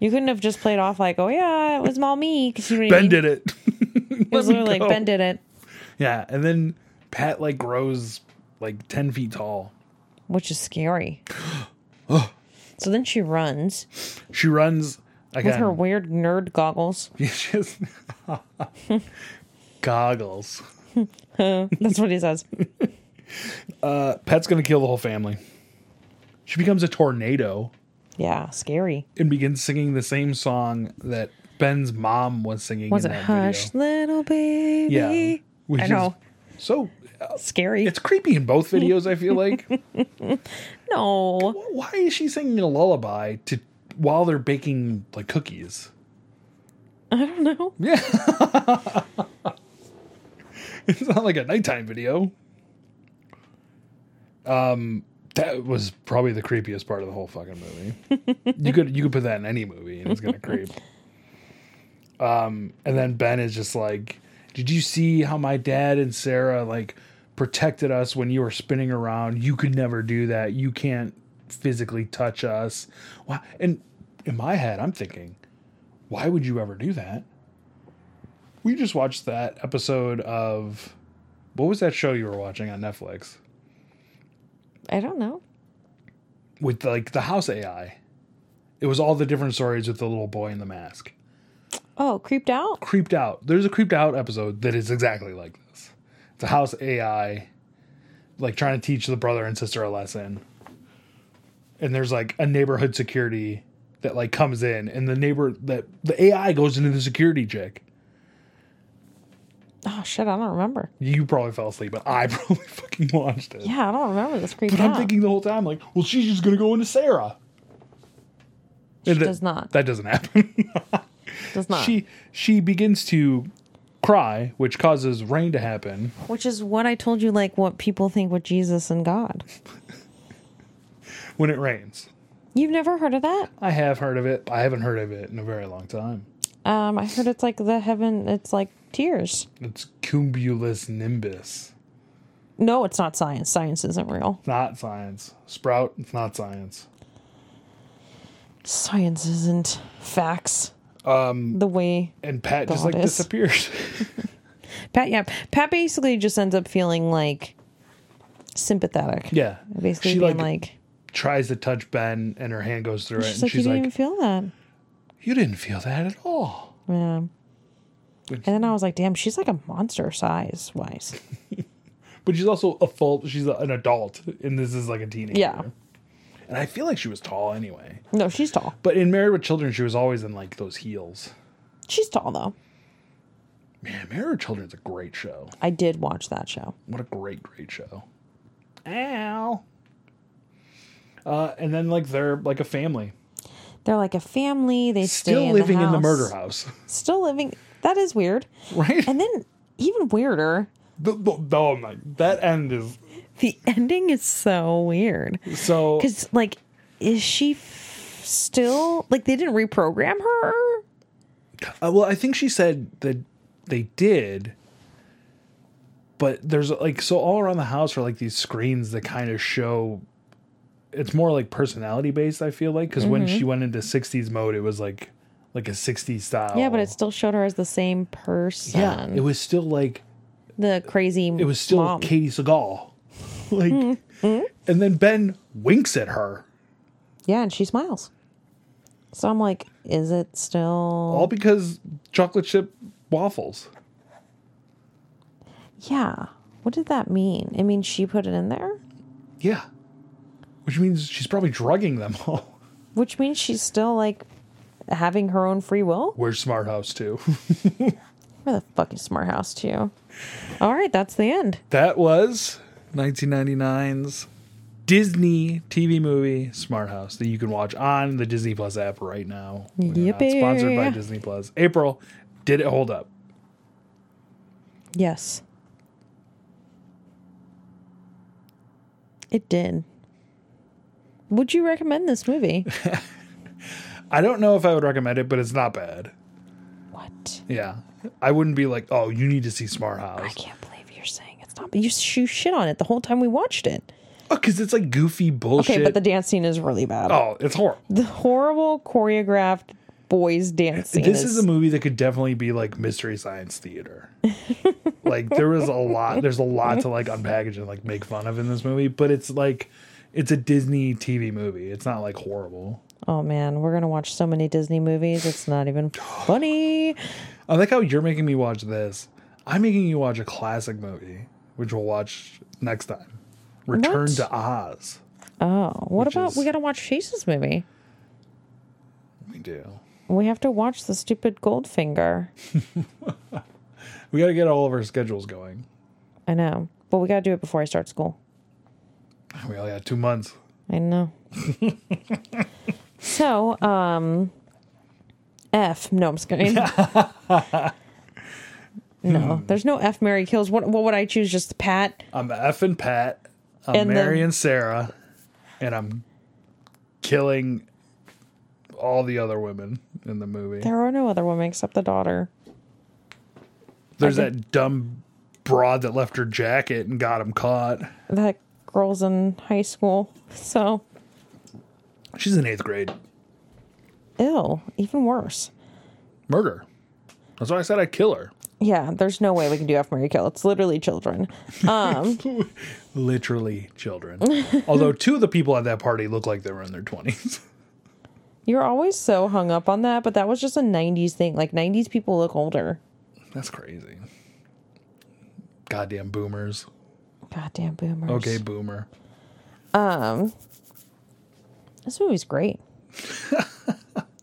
You couldn't have just played off like, oh yeah, it was all me. Because you know what I Ben mean? did it. It was Let me literally go. like Ben did it, Yeah, and then Pat like grows like ten feet tall. which is scary. so then she runs She runs again. with her weird nerd goggles. She has goggles. That's what he says. Pat's gonna kill the whole family. She becomes a tornado. Yeah, scary. and begins singing the same song that Ben's mom was singing. Was in it that Hush, Video. little baby? Yeah, which I know. Is so uh, Scary. it's creepy in both videos. I feel like no. why is she singing a lullaby to while they're baking like cookies? I don't know. Yeah, it's not like a nighttime video. Um, that was probably the creepiest part of the whole fucking movie. you could you could put that in any movie and it's gonna creep. Um, and then Ben is just like, "Did you see how my dad and Sarah like protected us when you were spinning around? You could never do that. You can't physically touch us." Why? And in my head, I'm thinking, "Why would you ever do that?" We just watched that episode of what was that show you were watching on Netflix I don't know. with like the house AI. It was all the different stories with the little boy in the mask. Oh, creeped out? creeped out. There's a creeped out episode that is exactly like this. It's a house AI, like trying to teach the brother and sister a lesson. And there's like a neighborhood security that like comes in, and the neighbor that the AI goes into the security chick. Oh shit, I don't remember. You probably fell asleep, but I probably fucking watched it. Yeah, I don't remember this creepy. But I'm thinking the whole time, like, well, she's just gonna go into Sarah. She And that- does not. That doesn't happen. does not. she she begins to cry, which causes rain to happen. Which is what I told you, like what people think with Jesus and God. when it rains. You've never heard of that? I have heard of it. I haven't heard of it in a very long time. Um, I heard it's like the heaven. It's like tears. It's cumulus nimbus. No, it's not science. Science isn't real. Not science. Sprout, it's not science. Science isn't facts. Um, the way And Pat just like Goddess. disappears. Pat, yeah, Pat basically just ends up feeling like sympathetic. yeah. basically she being like, like, tries to touch Ben and her hand goes through it. she's and like, she's you like, didn't even feel that. You didn't feel that at all. Yeah. Which- And then I was like, damn, she's like a monster size wise. But she's also a full she's a, an adult and this is like a teenager. Yeah. And I feel like she was tall anyway. No, she's tall. But in Married with Children, she was always in like those heels. She's tall though. Man, Married with Children's a great show. I did watch that show. What a great, great show. Ow. Uh, and then like they're like a family, They're like a family. They stay still in living the in the house. murder house, Still living. That is weird. right? And then even weirder, the, the, the- oh my, that end is the ending is so weird. so. Because like, is she f- still like they didn't reprogram her? Uh, well, I think she said that they did, but there's like so all around the house are like these screens that kind of show. It's more like personality based. I feel like because when Mm-hmm. she went into '60s mode, it was like like a '60s style. Yeah, but it still showed her as the same Oh. person. yeah, it was still like the crazy. it was still mom. Katie Seagal. Like, and then Ben winks at her, Yeah, and she smiles. So I'm like, is it still? all because chocolate chip waffles. Yeah. What did that mean? I mean, she put it in there, Yeah, which means she's probably drugging them all. which means she's still like having her own free will. Where's Smart House too? Where the fuck is Smart House too? All right, that's the end. that was 1999's Disney TV movie Smart House that you can watch on the Disney Plus app right now. We are not Yippee. Sponsored by Disney Plus. April, did it hold up? Yes. It did. Would you recommend this movie? I don't know if I would recommend it, but it's not bad. what? Yeah. I wouldn't be like, oh, you need to see Smart I House. can't believe you're saying it's not. You, you shit on it the whole time we watched it. Oh, Because it's like goofy bullshit. Okay, but the dance scene is really bad. oh, it's horrible. The horrible choreographed boys dance scene. This is a movie that could definitely be like Mystery Science Theater. like there was a lot. There's a lot to like unpackage and like make fun of in this movie, but it's like it's a Disney TV movie. It's not like horrible. Oh man, we're gonna watch so many Disney movies. It's not even funny. I like how you're making me watch this. I'm making you watch a classic movie, which we'll watch next time. Return What? to Oz. Oh, what Which about we is- gotta watch Chase's movie? We do. We have to watch the stupid Goldfinger. We got to get all of our schedules going. I know, but we gotta do it before I start school. We only had two months. I know. so, um, F. No, I'm just kidding. no, there's no F. Mary kills. What? What would I choose? Just Pat. I'm F and Pat. I'm And the- Mary and Sarah, and I'm killing all the other women in the movie. There are no other women except the daughter. There's that dumb broad that left her jacket and got him caught. That girl's in high school. So, She's in eighth grade. ill. Even worse. Murder. That's why I said I'd kill her. Yeah, there's no way we can do F Mary Kill. It's literally children. Um, Literally, children. Although two of the people at that party look like they were in their twenties. you're always so hung up on that, but that was just a 90s thing. Like 90s people look older. That's crazy. Goddamn boomers. Goddamn boomers. Okay, boomer. This movie's great.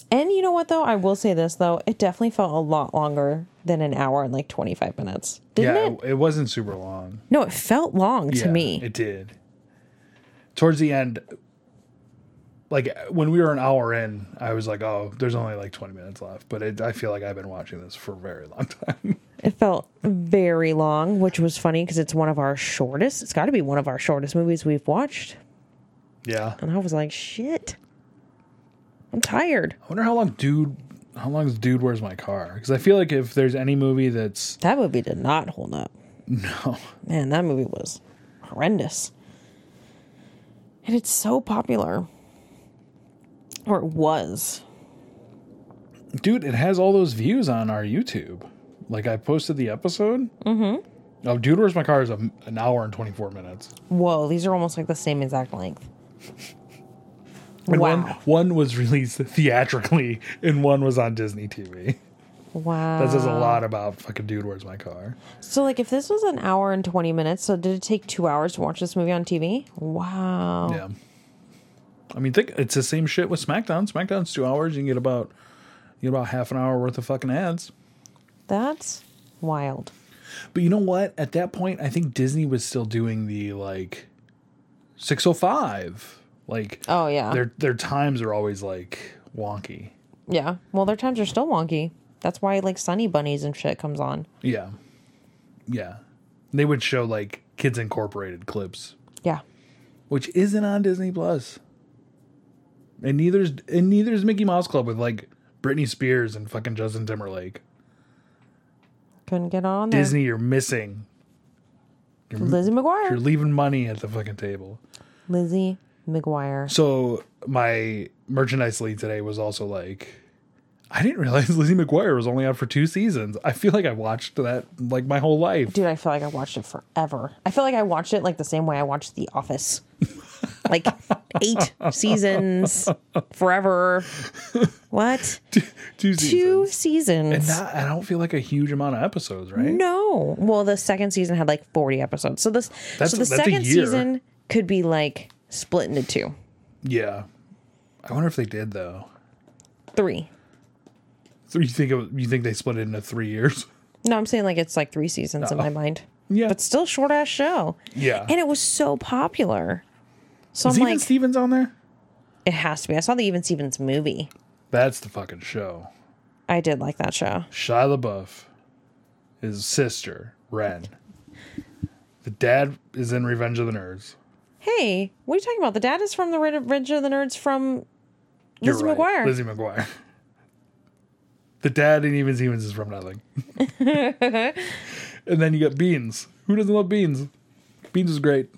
and you know what though? I will say this though, it definitely felt a lot longer than an hour and like 25 minutes. Didn't yeah, it? it? wasn't super long No, it felt long to Yeah, me. It did. Towards the end, like when we were an hour in, I was like, "Oh, there's only like 20 minutes left." But it, I feel like I've been watching this for a very long time. It felt very long, which was funny because it's one of our shortest. It's got to be one of our shortest movies we've watched. yeah. I And I was like, shit. I'm tired. wonder how long, dude. How long is dude? Where's my car? Because I feel like if there's any movie that's That movie did not hold up. no, Man, that movie was horrendous. And it's so popular. Or it was. dude, it has all those views on our YouTube. Like I posted the episode. Mm-hmm. Oh, dude, where's my car is a, an hour and 24 minutes. Whoa, these are almost like the same exact length. And wow. one, one was released theatrically, and one was on Disney TV. Wow. That says a lot about fucking dude. Where's my car? So, like, if this was an hour and 20 minutes, so did it take two hours to watch this movie on TV? Wow. Yeah. I mean, think it's the same shit with SmackDown. SmackDown's two hours. You can get about you get about half an hour worth of fucking ads. That's wild. But you know what? At that point, I think Disney was still doing the like six oh five. Like Oh, yeah. their their times are always like wonky. yeah. Well, their times are still wonky. That's why, like, Sunny Bunnies and shit comes on. Yeah, yeah. They would show like Kids Incorporated clips Yeah. which isn't on Disney Plus. And neither's and neither's Mickey Mouse Club with like Britney Spears and fucking Justin Timberlake. Couldn't get on there. Disney, you're missing. Lizzie You're McGuire. leaving money at the fucking table. Lizzie McGuire. So my merchandise lead today was also like, I didn't realize Lizzie McGuire was only on for two seasons. I feel like I watched that like my whole life. Dude, I feel like I watched it forever. I feel like I watched it like the same way I watched The Office. like eight seasons forever. What? Two Two seasons. seasons. Not, I don't feel like a huge amount of episodes, Hmm? right? No. Well, the second season had like 40 episodes. So this That's- so the that's a second year. season could be like split into two. Yeah. I wonder if they did though. Three. So you think it, was- you think they split it into three years? No, I'm saying like it's like three seasons in my mind. Oh. Yeah. But still short ass show. Yeah. And it was so popular. So Is I'm Even like Stevens on there? it has to be. I saw the Even Stevens movie. That's the fucking show. I did like that show. Shia LaBeouf, his sister, Ren. The dad is in Revenge of the Nerds. Hey, what are you talking about? The dad is from the Rid- Revenge of the Nerds from You're Lizzie right, McGuire. Lizzie McGuire. The dad in Even Stevens is from nothing. and then you got Beans. Who doesn't love Beans? Beans is great.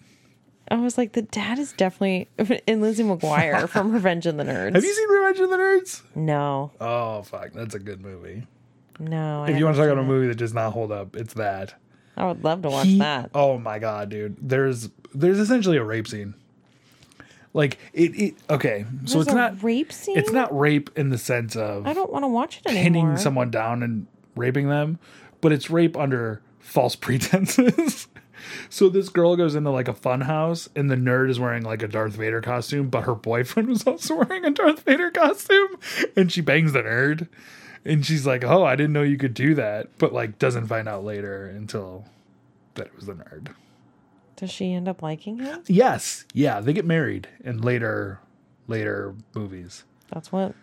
I was like, the dad is definitely in Lizzie McGuire from Revenge of the Nerds. Have you seen Revenge of the Nerds? No, Oh fuck, that's a good movie. no. I If you want to talk haven't about a movie that does not hold up, it's that. seen- I would love to watch He- that. Oh my god, dude. There's there's essentially a rape scene. Like it, it okay. So There's it's a not rape scene. it's not rape in the sense of I don't want to watch it anymore. pinning someone down and raping them, but it's rape under false pretenses. so this girl goes into like a fun house and the nerd is wearing like a Darth Vader costume, but her boyfriend was also wearing a Darth Vader costume and she bangs the nerd. And she's like, "Oh, I didn't know you could do that." But like doesn't find out later until that it was the nerd. Does she end up liking him? Yes. Yeah, they get married in later later movies. That's what.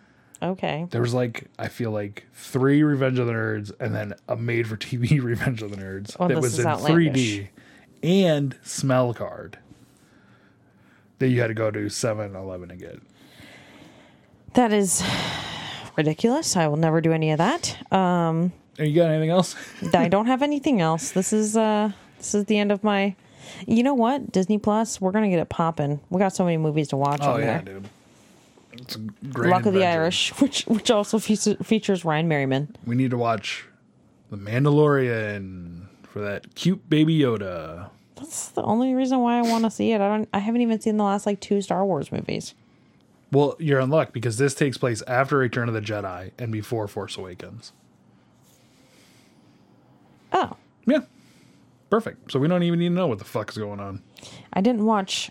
Okay. There was like I feel like three Revenge of the Nerds and then a made for TV Revenge of the Nerds Oh, that this was is in outlandish. 3D and smell card that you had to go to 7-Eleven and get. That is ridiculous. I will never do any of that. Um, And you got anything else? I don't have anything else. This is uh, this is the end of my. You know what? Disney Plus. We're gonna get it popping. We got so many movies to watch Oh on yeah, there. dude. It's a great Luck of the adventure. Irish, which which also feature, features Ryan Merriman. We need to watch The Mandalorian for that cute baby Yoda. That's the only reason why I want to see it. I don't. I haven't even seen the last like two Star Wars movies. Well, you're in luck because this takes place after Return of the Jedi and before Force Awakens. Oh, Yeah. Perfect. So we don't even need to know what the fuck's going on. I didn't watch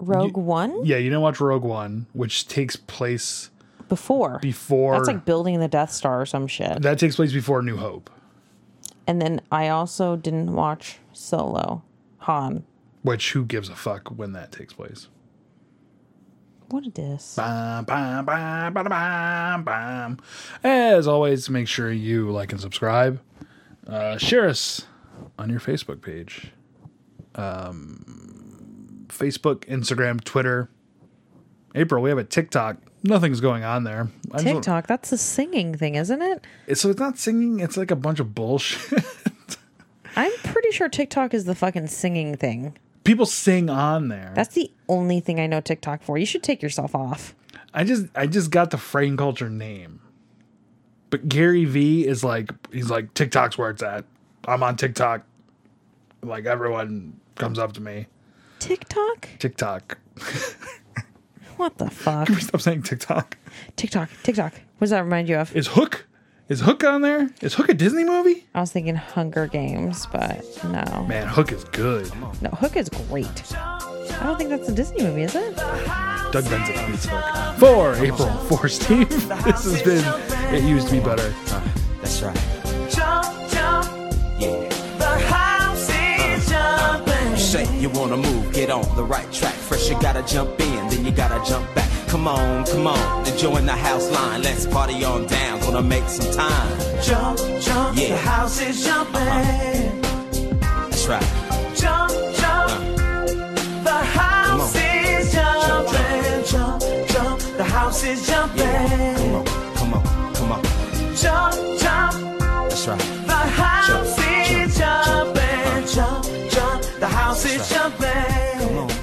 Rogue One Yeah, you didn't watch Rogue One, which takes place before. before That's like building the Death Star or some shit. that takes place before New Hope. And then I also didn't watch Solo, Han. Which who gives a fuck when that takes place? What a diss. Bam, bam, bam, bada, bam, bam. As always, make sure you like and subscribe. Uh, share us on your Facebook page. Um, Facebook, Instagram, Twitter. April, we have a TikTok. Nothing's going on there. I just want- TikTok, that's the singing thing, isn't it? so it's not singing. It's like a bunch of bullshit. I'm pretty sure TikTok is the fucking singing thing. People sing on there. That's the only thing I know TikTok for. You should take yourself off. I just I just got the frame culture name. But Gary V is like he's like TikTok's where it's at. I'm on TikTok. Like everyone comes up to me. TikTok? TikTok. What the fuck? Stop saying TikTok. TikTok, TikTok. What does that remind you of? Is Hook is Hook on there? Is Hook a Disney movie? I was thinking Hunger Games, but no. Man, Hook is good. No, Hook is great. I don't think that's a Disney movie, is it? Doug Benson owns Hook. For April, for Steve. This has been It Used to Be Better. That's right. Jump, jump, yeah. The house is jumping. Shake, you wanna move, get on the right track. First you gotta jump in, then you gotta jump back. Come on, come on, and join the house line. Let's party on down, gonna make some time. Jump, jump, Yeah. the house is jumping. That's right. Jump, jump, the house is jumping. Jump, jump, the house is Come jumping. on, come on, come on. Jump, jump, That's right. the house Jump, is jumping. Jump, jump, the house is That's jumping. Come on,